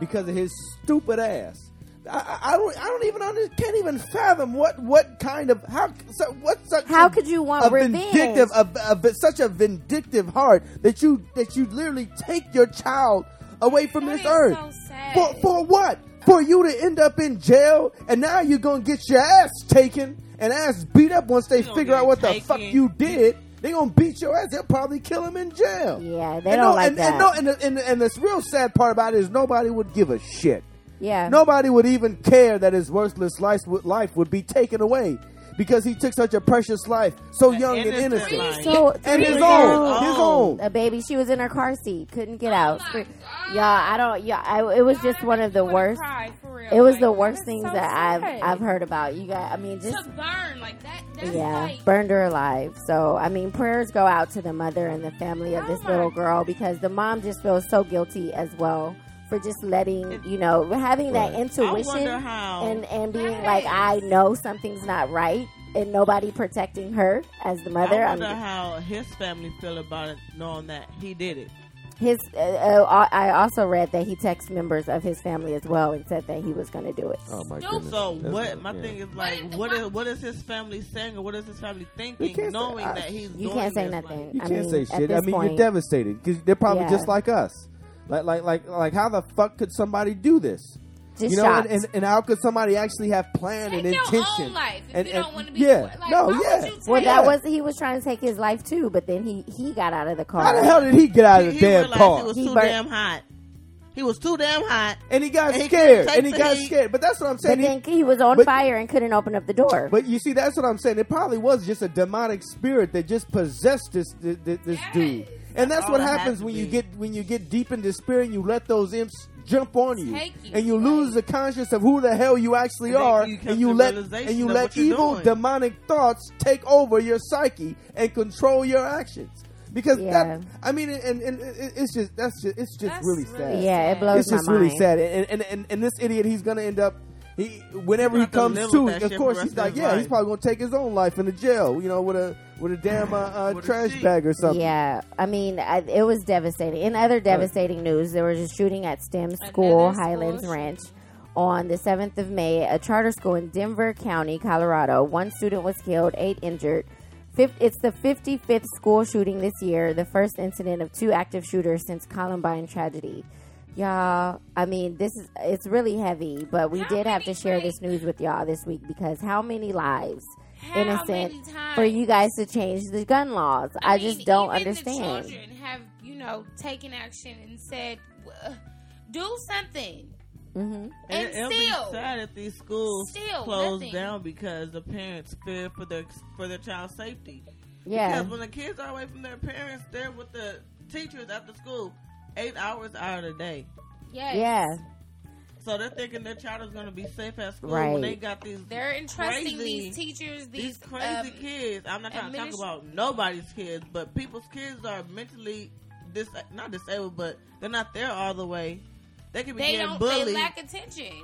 Speaker 8: because of his stupid ass. I, I, I don't I don't even under, can't even fathom what what kind of how so, what such
Speaker 1: How
Speaker 8: a-
Speaker 1: could you want
Speaker 8: a
Speaker 1: revenge?
Speaker 8: vindictive a, a- such a vindictive heart that you that you literally take your child away from
Speaker 2: That
Speaker 8: this
Speaker 2: is
Speaker 8: earth
Speaker 2: so sad.
Speaker 8: for for what for you to end up in jail and now you're gonna get your ass taken and ass beat up once they
Speaker 5: gonna
Speaker 8: figure
Speaker 5: get
Speaker 8: out what the
Speaker 5: taken.
Speaker 8: fuck you did. They gonna beat your ass. They'll probably kill him in jail.
Speaker 1: Yeah, they
Speaker 8: and
Speaker 1: don't
Speaker 8: no,
Speaker 1: like
Speaker 8: and,
Speaker 1: that.
Speaker 8: And, no, and, the- and, the- and this real sad part about it is nobody would give a shit.
Speaker 1: yeah,
Speaker 8: Nobody would even care that his worthless life would, life would be taken away because he took such a precious life, so young and
Speaker 5: innocent
Speaker 8: innocent.
Speaker 5: life.
Speaker 1: So
Speaker 8: And
Speaker 1: three
Speaker 8: his
Speaker 1: years
Speaker 8: own,
Speaker 1: old.
Speaker 8: his own.
Speaker 1: a baby. She was in her car seat, couldn't
Speaker 2: Oh
Speaker 1: get out. Scre- Y'all, I don't. Y'all, I, it was just one of the worst.
Speaker 2: Cry, Oh for real.
Speaker 1: It was
Speaker 2: Like,
Speaker 1: the
Speaker 2: that
Speaker 1: worst
Speaker 2: is
Speaker 1: things
Speaker 2: so
Speaker 1: that I've
Speaker 2: sad.
Speaker 1: I've heard about. You guys, I mean, just
Speaker 2: to burn like that. That's
Speaker 1: yeah,
Speaker 2: like
Speaker 1: burned her alive. So, I mean, prayers go out to the mother and the family of
Speaker 2: Oh
Speaker 1: this
Speaker 2: my
Speaker 1: little girl because the mom just feels so guilty as well for just letting, you know, having that
Speaker 5: I
Speaker 1: intuition
Speaker 5: wonder how.
Speaker 1: and and being like, I know something's not right, and nobody protecting her as the mother.
Speaker 5: I
Speaker 1: I'm-
Speaker 5: wonder how his family feel about it, knowing that he did it.
Speaker 1: his uh, uh, I also read that he texted members of his family as well and said that he was going to do it.
Speaker 8: Oh my
Speaker 2: So
Speaker 8: goodness.
Speaker 5: So
Speaker 8: That's
Speaker 5: what?
Speaker 8: not-
Speaker 5: My
Speaker 8: yeah.
Speaker 5: thing is
Speaker 2: What
Speaker 5: like,
Speaker 2: if-
Speaker 5: what is what is his family saying, or what is his family
Speaker 8: You can't say-
Speaker 5: thinking, knowing
Speaker 8: uh,
Speaker 5: that he's
Speaker 1: You
Speaker 5: doing
Speaker 1: can't say
Speaker 5: this? Like,
Speaker 1: nothing.
Speaker 8: You
Speaker 1: I
Speaker 8: can't
Speaker 1: mean,
Speaker 8: say
Speaker 1: at
Speaker 8: shit. I
Speaker 1: this
Speaker 8: mean,
Speaker 1: point-
Speaker 8: you're devastated because they're probably
Speaker 1: Yeah.
Speaker 8: just like us. Like, like, like, like, how the fuck could somebody do this?
Speaker 1: Just
Speaker 8: you know,
Speaker 1: shocked.
Speaker 8: and, and, and how could somebody actually have plan
Speaker 2: Take
Speaker 8: and
Speaker 2: your
Speaker 8: intention?
Speaker 2: own life if
Speaker 8: and,
Speaker 2: you don't
Speaker 8: and-
Speaker 2: wanna be-
Speaker 8: yeah,
Speaker 2: like, why
Speaker 8: no,
Speaker 2: would
Speaker 8: yeah.
Speaker 2: you take-
Speaker 1: well,
Speaker 2: Yeah.
Speaker 1: that was he was trying to take his life too, but then he he got out of the car.
Speaker 8: How the hell did he get out of
Speaker 5: He,
Speaker 8: the
Speaker 5: he
Speaker 8: damn
Speaker 5: realized
Speaker 8: car?
Speaker 5: he was
Speaker 1: He
Speaker 5: too
Speaker 1: burnt-
Speaker 5: damn hot. He was too damn hot.
Speaker 8: and he got
Speaker 5: and he
Speaker 8: scared.
Speaker 5: couldn't take
Speaker 8: and he
Speaker 5: the
Speaker 8: got
Speaker 5: heat.
Speaker 8: scared. But that's what I'm
Speaker 1: but
Speaker 8: saying. He-
Speaker 1: then he was on
Speaker 8: but-
Speaker 1: fire and couldn't open up the door.
Speaker 8: but you see, that's what I'm saying. It probably was just a demonic spirit that just possessed this this, this dude. And that's
Speaker 5: all
Speaker 8: what
Speaker 5: it had
Speaker 8: happens
Speaker 5: to
Speaker 8: when
Speaker 5: be.
Speaker 8: you get when you get deep in despair and you let those imps jump on you,
Speaker 2: Take you,
Speaker 8: and you
Speaker 2: like-
Speaker 8: lose the conscience of who the hell you actually
Speaker 5: And then
Speaker 8: are,
Speaker 5: you come
Speaker 8: and you
Speaker 5: to
Speaker 8: let
Speaker 5: realization
Speaker 8: and you
Speaker 5: of
Speaker 8: let
Speaker 5: what you're
Speaker 8: evil
Speaker 5: doing.
Speaker 8: demonic thoughts take over your psyche and control your actions. Because
Speaker 1: Yeah.
Speaker 8: that, I mean, and, and, and it's just that's just it's just
Speaker 2: That's
Speaker 8: really
Speaker 2: really
Speaker 8: sad
Speaker 2: sad.
Speaker 1: yeah, it blows
Speaker 8: it's just
Speaker 1: my mind.
Speaker 8: really sad. And, and and and this idiot, he's gonna end up. He whenever he
Speaker 5: He's gonna have
Speaker 8: comes
Speaker 5: to live
Speaker 8: to,
Speaker 5: with that shit
Speaker 8: of
Speaker 5: for
Speaker 8: course,
Speaker 5: the
Speaker 8: he's
Speaker 5: rest of
Speaker 8: like,
Speaker 5: his
Speaker 8: yeah,
Speaker 5: life.
Speaker 8: he's probably gonna take his own life in the jail. You know, with a with a damn uh, uh,
Speaker 5: With a
Speaker 8: trash
Speaker 5: sheet.
Speaker 8: bag or something. Uh,
Speaker 1: Yeah, I mean, I, it was devastating. In other devastating news, there was a shooting at STEM school,
Speaker 2: school
Speaker 1: Highlands
Speaker 2: shooting.
Speaker 1: Ranch, on the 7th of May, a charter school in Denver County, Colorado. One student was killed, eight injured. Fif- It's the 55th school shooting this year, the first incident of two active shooters since Columbine tragedy. Y'all, I mean, this is it's really heavy, but we
Speaker 2: How
Speaker 1: did have to
Speaker 2: many
Speaker 1: share
Speaker 2: times-
Speaker 1: this news with y'all this week because how many lives
Speaker 2: How
Speaker 1: innocent
Speaker 2: many times?
Speaker 1: for you guys to change the gun laws? I,
Speaker 2: mean,
Speaker 1: just don't
Speaker 2: even
Speaker 1: understand.
Speaker 2: The children have, you know, taken action and said, "Wha- do something.
Speaker 1: Mm-hmm.
Speaker 5: And,
Speaker 2: And
Speaker 5: it'll be
Speaker 2: still-
Speaker 5: sad if these schools
Speaker 2: still
Speaker 5: close
Speaker 2: nothing.
Speaker 5: down because the parents fear for their for their child's safety.
Speaker 1: Yeah,
Speaker 5: Because when the kids are away from their parents, they're with the teachers after school eight hours out of the day.
Speaker 2: Yes.
Speaker 1: yeah,
Speaker 5: So they're thinking their child is going to be safe at school
Speaker 1: Right.
Speaker 5: when they got these.
Speaker 2: They're
Speaker 5: crazy,
Speaker 2: entrusting these teachers,
Speaker 5: These
Speaker 2: these,
Speaker 5: crazy
Speaker 2: um,
Speaker 5: kids. I'm not trying to talk
Speaker 2: administ-
Speaker 5: about nobody's kids, but people's kids are mentally dis not disabled, but they're not there all the way. They can be
Speaker 2: They
Speaker 5: getting
Speaker 2: don't. They
Speaker 5: bullied,
Speaker 2: lack attention.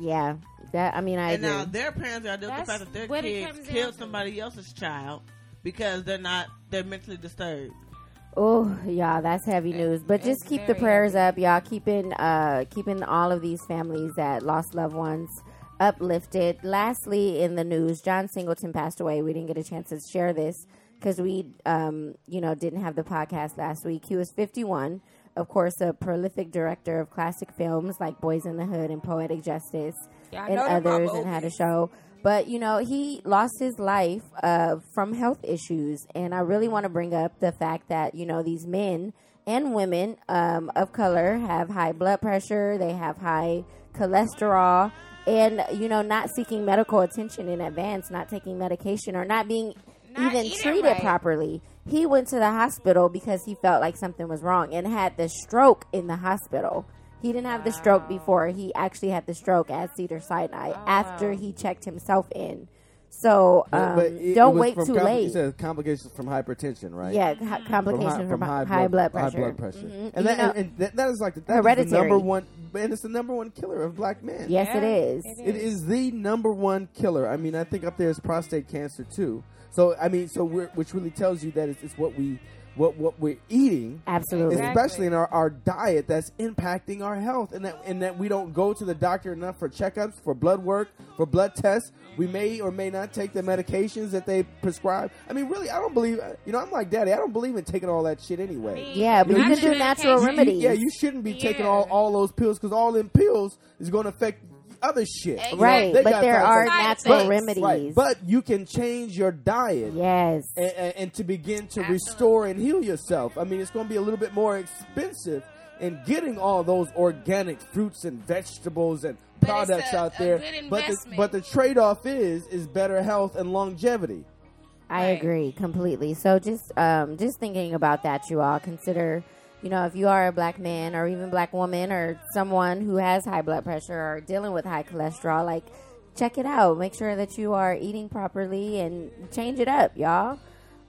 Speaker 1: yeah. That I mean, I
Speaker 5: and now
Speaker 1: agree.
Speaker 5: their parents are dealing with the
Speaker 2: That's
Speaker 5: fact that their
Speaker 2: what it
Speaker 5: kids
Speaker 2: comes down
Speaker 5: killed
Speaker 2: to.
Speaker 5: somebody else's child because they're not they're mentally disturbed.
Speaker 1: Oh, y'all, that's heavy news. But just
Speaker 2: it's
Speaker 1: keep the
Speaker 2: very
Speaker 1: prayers up, y'all. Keeping, uh, keeping all of these families that lost loved ones uplifted. Lastly, in the news, John Singleton passed away. We didn't get a chance to share this because we, um, you know, didn't have the podcast last week. He was fifty-one. Of course, a prolific director of classic films like Boys in the Hood and Poetic Justice.
Speaker 2: Yeah, I
Speaker 1: and
Speaker 2: know them,
Speaker 1: others
Speaker 2: Mama
Speaker 1: and had a
Speaker 2: Obi.
Speaker 1: show. But you know, he lost his life uh, from health issues, and I really want to bring up the fact that you know these men and women um, of color have high blood pressure, they have high cholesterol, and you know, not seeking medical attention in advance, not taking medication, or not being
Speaker 2: Not
Speaker 1: even
Speaker 2: eating
Speaker 1: treated
Speaker 2: right.
Speaker 1: properly. He went to the hospital because he felt like something was wrong and had the stroke in the hospital. He didn't have the stroke before. He actually had the stroke at Cedar Sinai after he checked himself in. So um,
Speaker 8: But it-
Speaker 1: don't
Speaker 8: it was
Speaker 1: wait
Speaker 8: from
Speaker 1: too
Speaker 8: compli-
Speaker 1: late.
Speaker 8: It says complications from hypertension, right?
Speaker 1: yeah, co- complication from, hi- high, blood pressure.
Speaker 8: High blood pressure.
Speaker 1: Mhm. You
Speaker 8: And, that,
Speaker 1: know-
Speaker 8: and, and that, that is like the, that is the
Speaker 1: Hereditary.
Speaker 8: number one, and it's the number one killer of black men.
Speaker 1: yes, it is.
Speaker 8: It is the number one killer. I mean, I think up there is prostate cancer too. So I mean, so we're, which really tells you that it's, it's what we what what we're eating,
Speaker 1: Absolutely.
Speaker 8: especially in our, our diet, that's impacting our health, and that and that we don't go to the doctor enough for checkups, for blood work, for blood tests. We may or may not take the medications that they prescribe. I mean, really, I don't believe. You know, I'm like Daddy. I don't believe in taking all that shit anyway.
Speaker 1: Yeah, but you can
Speaker 2: Not
Speaker 1: do natural
Speaker 2: the medication.
Speaker 8: You- you-
Speaker 1: remedies.
Speaker 8: yeah, you shouldn't be taking
Speaker 2: Yeah.
Speaker 8: all, all those pills because all them pills is going to affect other shit.
Speaker 2: Exactly.
Speaker 1: right,
Speaker 8: They
Speaker 1: but
Speaker 8: got
Speaker 1: there
Speaker 8: side
Speaker 1: are
Speaker 8: effects.
Speaker 1: natural
Speaker 2: But-
Speaker 1: remedies.
Speaker 8: Right, but you can change your diet
Speaker 1: yes.
Speaker 8: and, and, and to begin to
Speaker 2: Absolutely.
Speaker 8: restore and heal yourself. I mean, it's going to be a little bit more expensive in getting all those organic fruits and vegetables and
Speaker 2: But it's
Speaker 8: products
Speaker 2: a-
Speaker 8: out
Speaker 2: a
Speaker 8: there.
Speaker 2: good
Speaker 8: but the,
Speaker 2: investment.
Speaker 8: but the trade off is is better health and longevity.
Speaker 1: I
Speaker 2: Right.
Speaker 1: agree completely. So just um, just thinking about that, you all consider, you know, if you are a black man or even black woman or someone who has high blood pressure or dealing with high cholesterol, like check it out. Make sure that you are eating properly and change it up, y'all.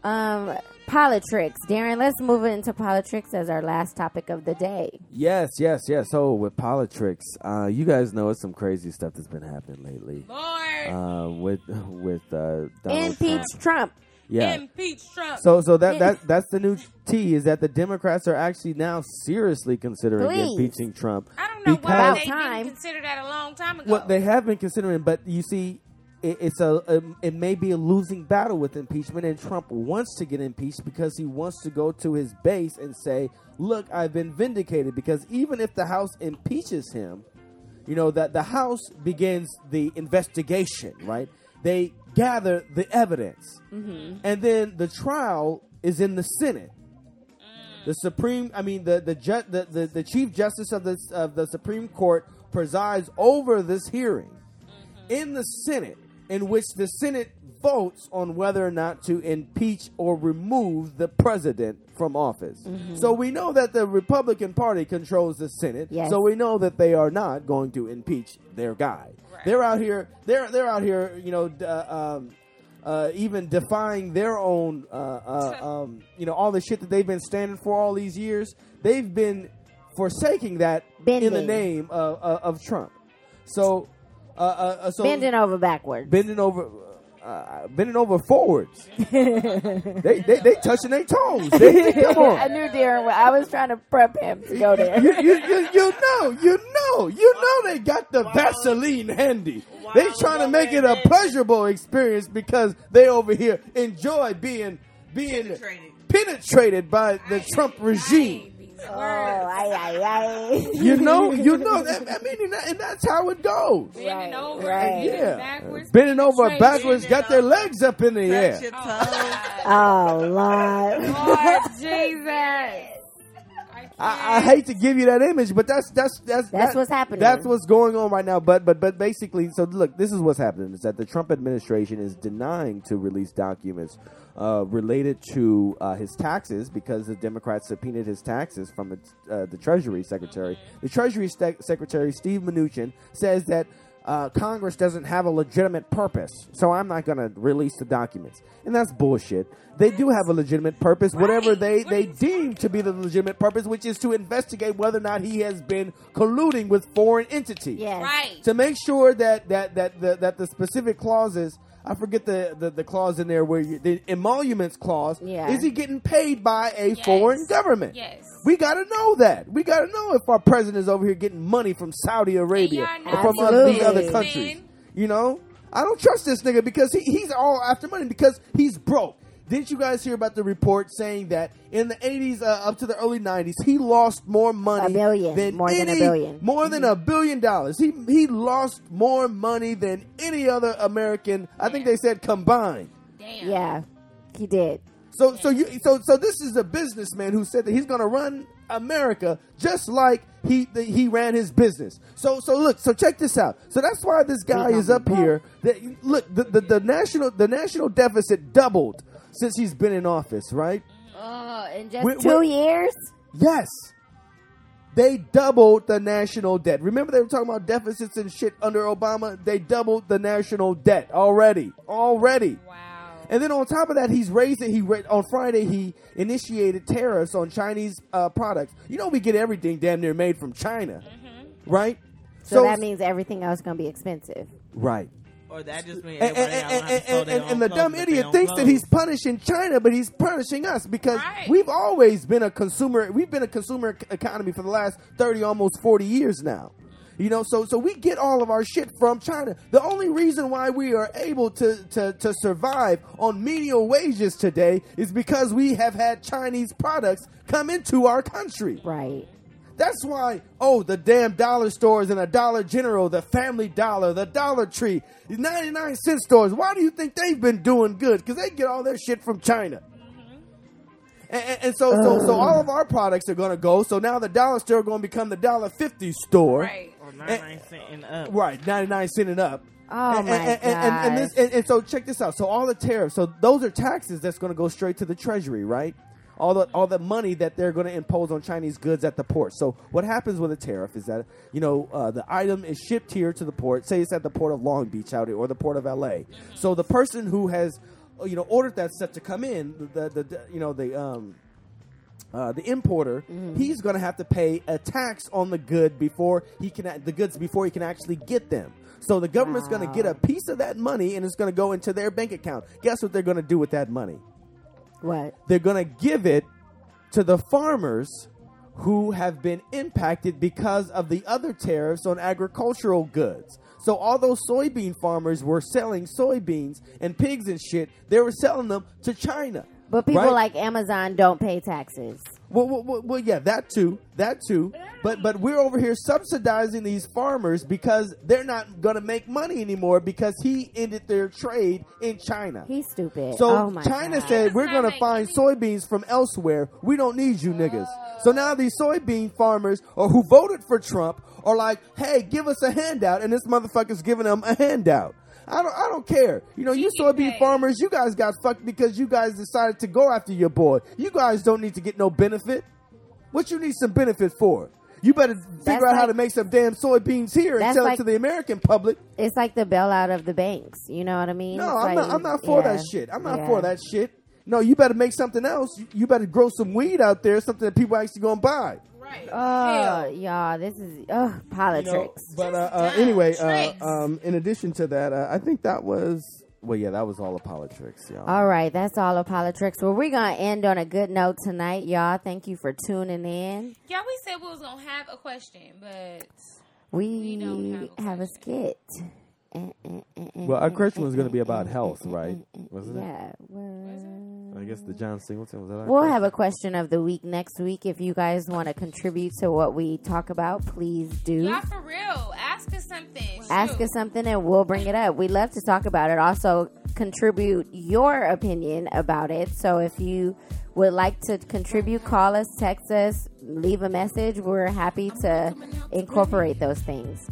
Speaker 1: Um, politics, Darren. Let's move into politics as our last topic of the day.
Speaker 8: Yes, yes, yes. So with politics, uh, you guys know it's some crazy stuff that's been happening lately.
Speaker 2: Lord. Right.
Speaker 1: Oh,
Speaker 8: uh, with with uh, Donald Trump.
Speaker 1: Impeach Trump.
Speaker 8: Yeah.
Speaker 2: Impeach Trump.
Speaker 8: so so that,
Speaker 1: Yeah.
Speaker 8: that that's the new T is that the Democrats are actually now seriously considering
Speaker 1: Please.
Speaker 8: impeaching Trump.
Speaker 2: I don't know why
Speaker 8: Because-
Speaker 2: they
Speaker 1: Time.
Speaker 2: didn't consider that a long time ago.
Speaker 8: Well, they have been considering, but you see, it, it's a, um it may be a losing battle with impeachment, and Trump wants to get impeached because he wants to go to his base and say, "Look, I've been vindicated." Because even if the House impeaches him, you know that the House begins the investigation, right? They gather the evidence,
Speaker 2: Mm-hmm.
Speaker 8: and then the trial is in the Senate the supreme i mean the the, ju- the, the the chief justice of the of the supreme court presides over this hearing in the senate in which the senate votes on whether or not to impeach or remove the president from office so we know that the republican party controls the senate
Speaker 1: Yes.
Speaker 8: so we know that they are not going to impeach their guy they're out here they're they're out here you know d- uh, um, uh, even defying their own, uh, uh, um, you know, all the shit that they've been standing for all these years. They've been forsaking that in the
Speaker 1: Bending.
Speaker 8: name of, of, of Trump. So, uh, uh, uh, so
Speaker 1: Bending over backwards.
Speaker 8: bending over, uh, bending over forwards. they, they they touching their toes. They, they- come
Speaker 1: I
Speaker 8: on.
Speaker 1: knew Darren. wa- I was trying to prep him to go
Speaker 8: You,
Speaker 1: there.
Speaker 8: you, you, you know, you know, you know they got the Vaseline handy. They trying to make it a pleasurable experience because they over here enjoy being being
Speaker 5: Penetrated.
Speaker 8: penetrated by the Trump regime.
Speaker 1: oh, ay, ay, ay.
Speaker 8: You know, you know that. I mean, and, that, and that's how it goes.
Speaker 2: Bending
Speaker 1: Right,
Speaker 2: over,
Speaker 1: right.
Speaker 2: bending
Speaker 8: Yeah,
Speaker 2: backwards,
Speaker 8: bending over
Speaker 2: straight
Speaker 8: backwards, got their legs up in the
Speaker 5: Touch
Speaker 8: air.
Speaker 5: your toes.
Speaker 1: Oh, Lord.
Speaker 2: Lord Jesus. I,
Speaker 8: I, I
Speaker 2: can't.
Speaker 8: hate to give you that image, but that's that's that's
Speaker 1: That's
Speaker 8: that-
Speaker 1: what's happening.
Speaker 8: That's what's going on right now. But but but basically, so look, this is what's happening: is that the Trump administration is denying to release documents uh, related to uh, his taxes because the Democrats subpoenaed his taxes from the, uh, the Treasury Secretary. The Treasury Sec- Secretary Steve Mnuchin says that. Uh, Congress doesn't have a legitimate purpose, so I'm not going to release the documents, and that's bullshit. They do have a legitimate purpose, whatever
Speaker 2: Right.
Speaker 8: they
Speaker 2: What
Speaker 8: they
Speaker 2: are you
Speaker 8: deem to be the legitimate purpose, which is to investigate whether or not he has been colluding with foreign entities.
Speaker 1: Yes.
Speaker 2: Right.
Speaker 8: To make sure that that that the, that the specific clauses, I forget the, the, the clause in there where you, the emoluments clause.
Speaker 1: Yeah.
Speaker 8: Is he getting paid by a
Speaker 2: Yes.
Speaker 8: foreign government?
Speaker 2: Yes.
Speaker 8: We gotta know that. We gotta know if our president is over here getting money from Saudi Arabia
Speaker 2: And y'all
Speaker 8: or from
Speaker 1: know
Speaker 8: other-
Speaker 1: this
Speaker 8: these other
Speaker 1: man.
Speaker 8: countries. You know, I don't trust this nigga because he, he's all after money because he's broke. Didn't you guys hear about the report saying that in the 80s uh, up to the early 90s he lost more money
Speaker 1: A billion.
Speaker 8: than
Speaker 1: More than a
Speaker 8: any-
Speaker 1: billion.
Speaker 8: more than a billion dollars. He he lost more money than any other American. I think they said combined.
Speaker 2: Damn.
Speaker 1: Yeah, he did.
Speaker 8: So so you so so this is a businessman who said that he's going to run America just like he the, he ran his business. So so look so check this out. So that's why this guy is up here. That look the, the the national the national deficit doubled since he's been in office, right?
Speaker 2: Uh,
Speaker 1: Oh, in just
Speaker 8: We-
Speaker 1: two
Speaker 8: we-
Speaker 1: years?
Speaker 8: Yes. They doubled the national debt. Remember they were talking about deficits and shit under Obama? They doubled the national debt already. Already.
Speaker 2: Wow.
Speaker 8: And then on top of that, he's raising. He ra- on Friday he initiated tariffs on Chinese uh, products. You know we get everything damn near made from China, right?
Speaker 1: So, that means everything else going to be expensive.
Speaker 8: right.
Speaker 5: Or that just means
Speaker 8: And, and,
Speaker 5: everybody
Speaker 8: and,
Speaker 5: out have
Speaker 8: and,
Speaker 5: to sew
Speaker 8: and,
Speaker 5: their
Speaker 8: and,
Speaker 5: own
Speaker 8: and the
Speaker 5: clothes
Speaker 8: dumb
Speaker 5: if they
Speaker 8: idiot
Speaker 5: don't
Speaker 8: thinks that
Speaker 5: clothe.
Speaker 8: he's punishing China, but he's punishing us because
Speaker 2: Right.
Speaker 8: we've always been a consumer. We've been a consumer ec- economy for the last thirty, almost forty years now. You know, so so we get all of our shit from China. The only reason why we are able to to, to survive on menial wages today is because we have had Chinese products come into our country.
Speaker 1: Right.
Speaker 8: That's why, oh, the damn dollar stores and a Dollar General, the Family Dollar, the Dollar Tree, these 99 cent stores. Why do you think they've been doing good? Because they get all their shit from China. And, and- and so, so, so all of our products are going to go. So now the dollar store going to become the dollar fifty store,
Speaker 2: Right.
Speaker 5: Or 99 cent and up.
Speaker 8: Right, ninety nine cent and up.
Speaker 1: Oh,
Speaker 8: and,
Speaker 1: my
Speaker 8: and, and, and, and this
Speaker 1: gosh.
Speaker 8: and, and so check this out. So all the tariffs, so those are taxes that's going to go straight to the treasury, right? All the all the money that they're going to impose on Chinese goods at the port. So what happens with a tariff is that you know uh, the item is shipped here to the port. Say it's at the port of Long Beach out here or the port of L.A. So the person who has uh, you know ordered that stuff to come in, the the, the you know the um uh, the importer,
Speaker 1: Mm-hmm.
Speaker 8: he's going to have to pay a tax on the good before he can the goods before he can actually get them. So the government's going
Speaker 1: Wow.
Speaker 8: to get a piece of that money and it's going to go into their bank account. Guess what they're going to do with that money?
Speaker 1: What?
Speaker 8: They're going to give it to the farmers who have been impacted because of the other tariffs on agricultural goods. So all those soybean farmers were selling soybeans and pigs and shit. They were selling them to China.
Speaker 1: But people
Speaker 8: right?
Speaker 1: like Amazon don't pay taxes.
Speaker 8: Well, well, well, well, yeah, that too, that too. But but we're over here subsidizing these farmers because they're not gonna make money anymore because he ended their trade in China.
Speaker 1: He's stupid.
Speaker 8: so
Speaker 1: oh my
Speaker 8: China
Speaker 1: God.
Speaker 8: said we're
Speaker 2: not
Speaker 8: gonna
Speaker 2: make
Speaker 8: find soybeans from elsewhere. We don't need you niggas. So now these soybean farmers or who voted for Trump are like, hey, give us a handout, and this motherfucker's giving them a handout. I don't, I don't care. You know,
Speaker 2: get
Speaker 8: you soybean
Speaker 2: paid.
Speaker 8: farmers, you guys got fucked because you guys decided to go after your boy. You guys don't need to get no benefit. What you need some benefit for? You better figure
Speaker 1: That's
Speaker 8: out how
Speaker 1: like-
Speaker 8: to make some damn soybeans here and
Speaker 1: That's
Speaker 8: sell
Speaker 1: like-
Speaker 8: it to the American public.
Speaker 1: it's like the bailout of the banks. You know what I mean? It's
Speaker 8: No, I'm
Speaker 1: like-
Speaker 8: not. I'm not for
Speaker 1: yeah.
Speaker 8: that shit. I'm not
Speaker 1: Yeah.
Speaker 8: for that shit. No, you better make something else. You- You better grow some weed out there, something that people actually gonna buy.
Speaker 5: Right.
Speaker 1: Oh, y'all, this is oh
Speaker 8: You
Speaker 1: politics.
Speaker 8: know? But uh, uh, anyway, uh, um, in addition to that, uh, I think that was well, yeah, that was all politics, y'all.
Speaker 1: All right, that's all of politics. Well, we're gonna end on a good note tonight, y'all. Thank you for tuning in.
Speaker 2: Yeah, we said we was gonna have a question, but
Speaker 1: We,
Speaker 2: don't have a
Speaker 1: have a skit.
Speaker 8: well, our question was gonna be
Speaker 1: mm,
Speaker 8: about health, right? Wasn't
Speaker 1: Yeah, well,
Speaker 8: it? I guess the John Singleton was that. our
Speaker 1: we'll
Speaker 8: question?
Speaker 1: have a question of the week next week. If you guys want to contribute to what we talk about, please do.
Speaker 2: y'all for real, ask us something.
Speaker 1: ask
Speaker 2: Shoot.
Speaker 1: us something and we'll bring it up. We love to talk about it. Also, contribute your opinion about it. So if you would like to contribute, call us, text us, leave a message. We're happy to incorporate those things.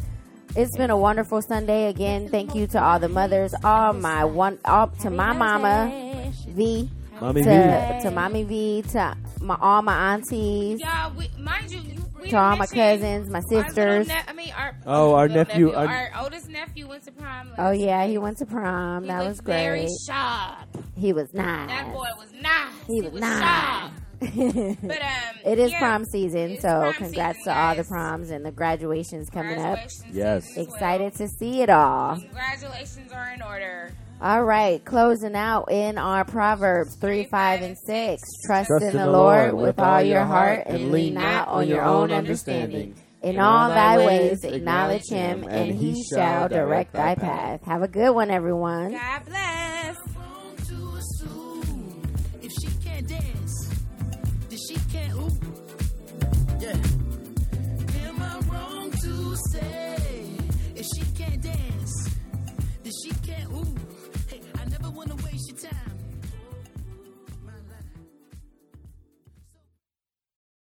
Speaker 1: It's been a wonderful Sunday again. Thank you to all the mothers, all my one, all to my mama V,
Speaker 8: Mommy V.
Speaker 1: to, to mommy V, to my, all my aunties,
Speaker 2: Y'all, we, mind you, you- we
Speaker 1: to all my
Speaker 2: didn't mention
Speaker 1: cousins, my
Speaker 2: our little
Speaker 1: sisters.
Speaker 2: Ne- I mean, our
Speaker 8: Oh, our
Speaker 2: little
Speaker 8: nephew,
Speaker 2: our,
Speaker 8: our-
Speaker 2: oldest nephew went to prom. Last
Speaker 1: Oh yeah, he went to prom.
Speaker 2: He
Speaker 1: that was great.
Speaker 2: Very sharp.
Speaker 1: He was nine.
Speaker 2: That boy was nice. He,
Speaker 1: was
Speaker 2: was,
Speaker 1: nice.
Speaker 2: sharp.
Speaker 1: it
Speaker 2: But um,
Speaker 1: is
Speaker 2: yeah,
Speaker 1: prom season,
Speaker 2: It's
Speaker 1: so
Speaker 2: prom
Speaker 1: congrats
Speaker 2: season,
Speaker 1: to all the
Speaker 2: guys.
Speaker 1: proms and the graduations coming up.
Speaker 2: Graduations season
Speaker 8: Yes.
Speaker 2: as well.
Speaker 1: Excited to see it all.
Speaker 2: Congratulations are in order.
Speaker 1: All right, closing out in our Proverbs 3, 5, and 6. Trust, in the, Lord with all your heart and lean not on your own understanding. In all thy ways acknowledge him, and he shall direct thy path. Have a good one, everyone.
Speaker 2: God bless.
Speaker 3: wrong to assume if she can't dance, then she can't hoop.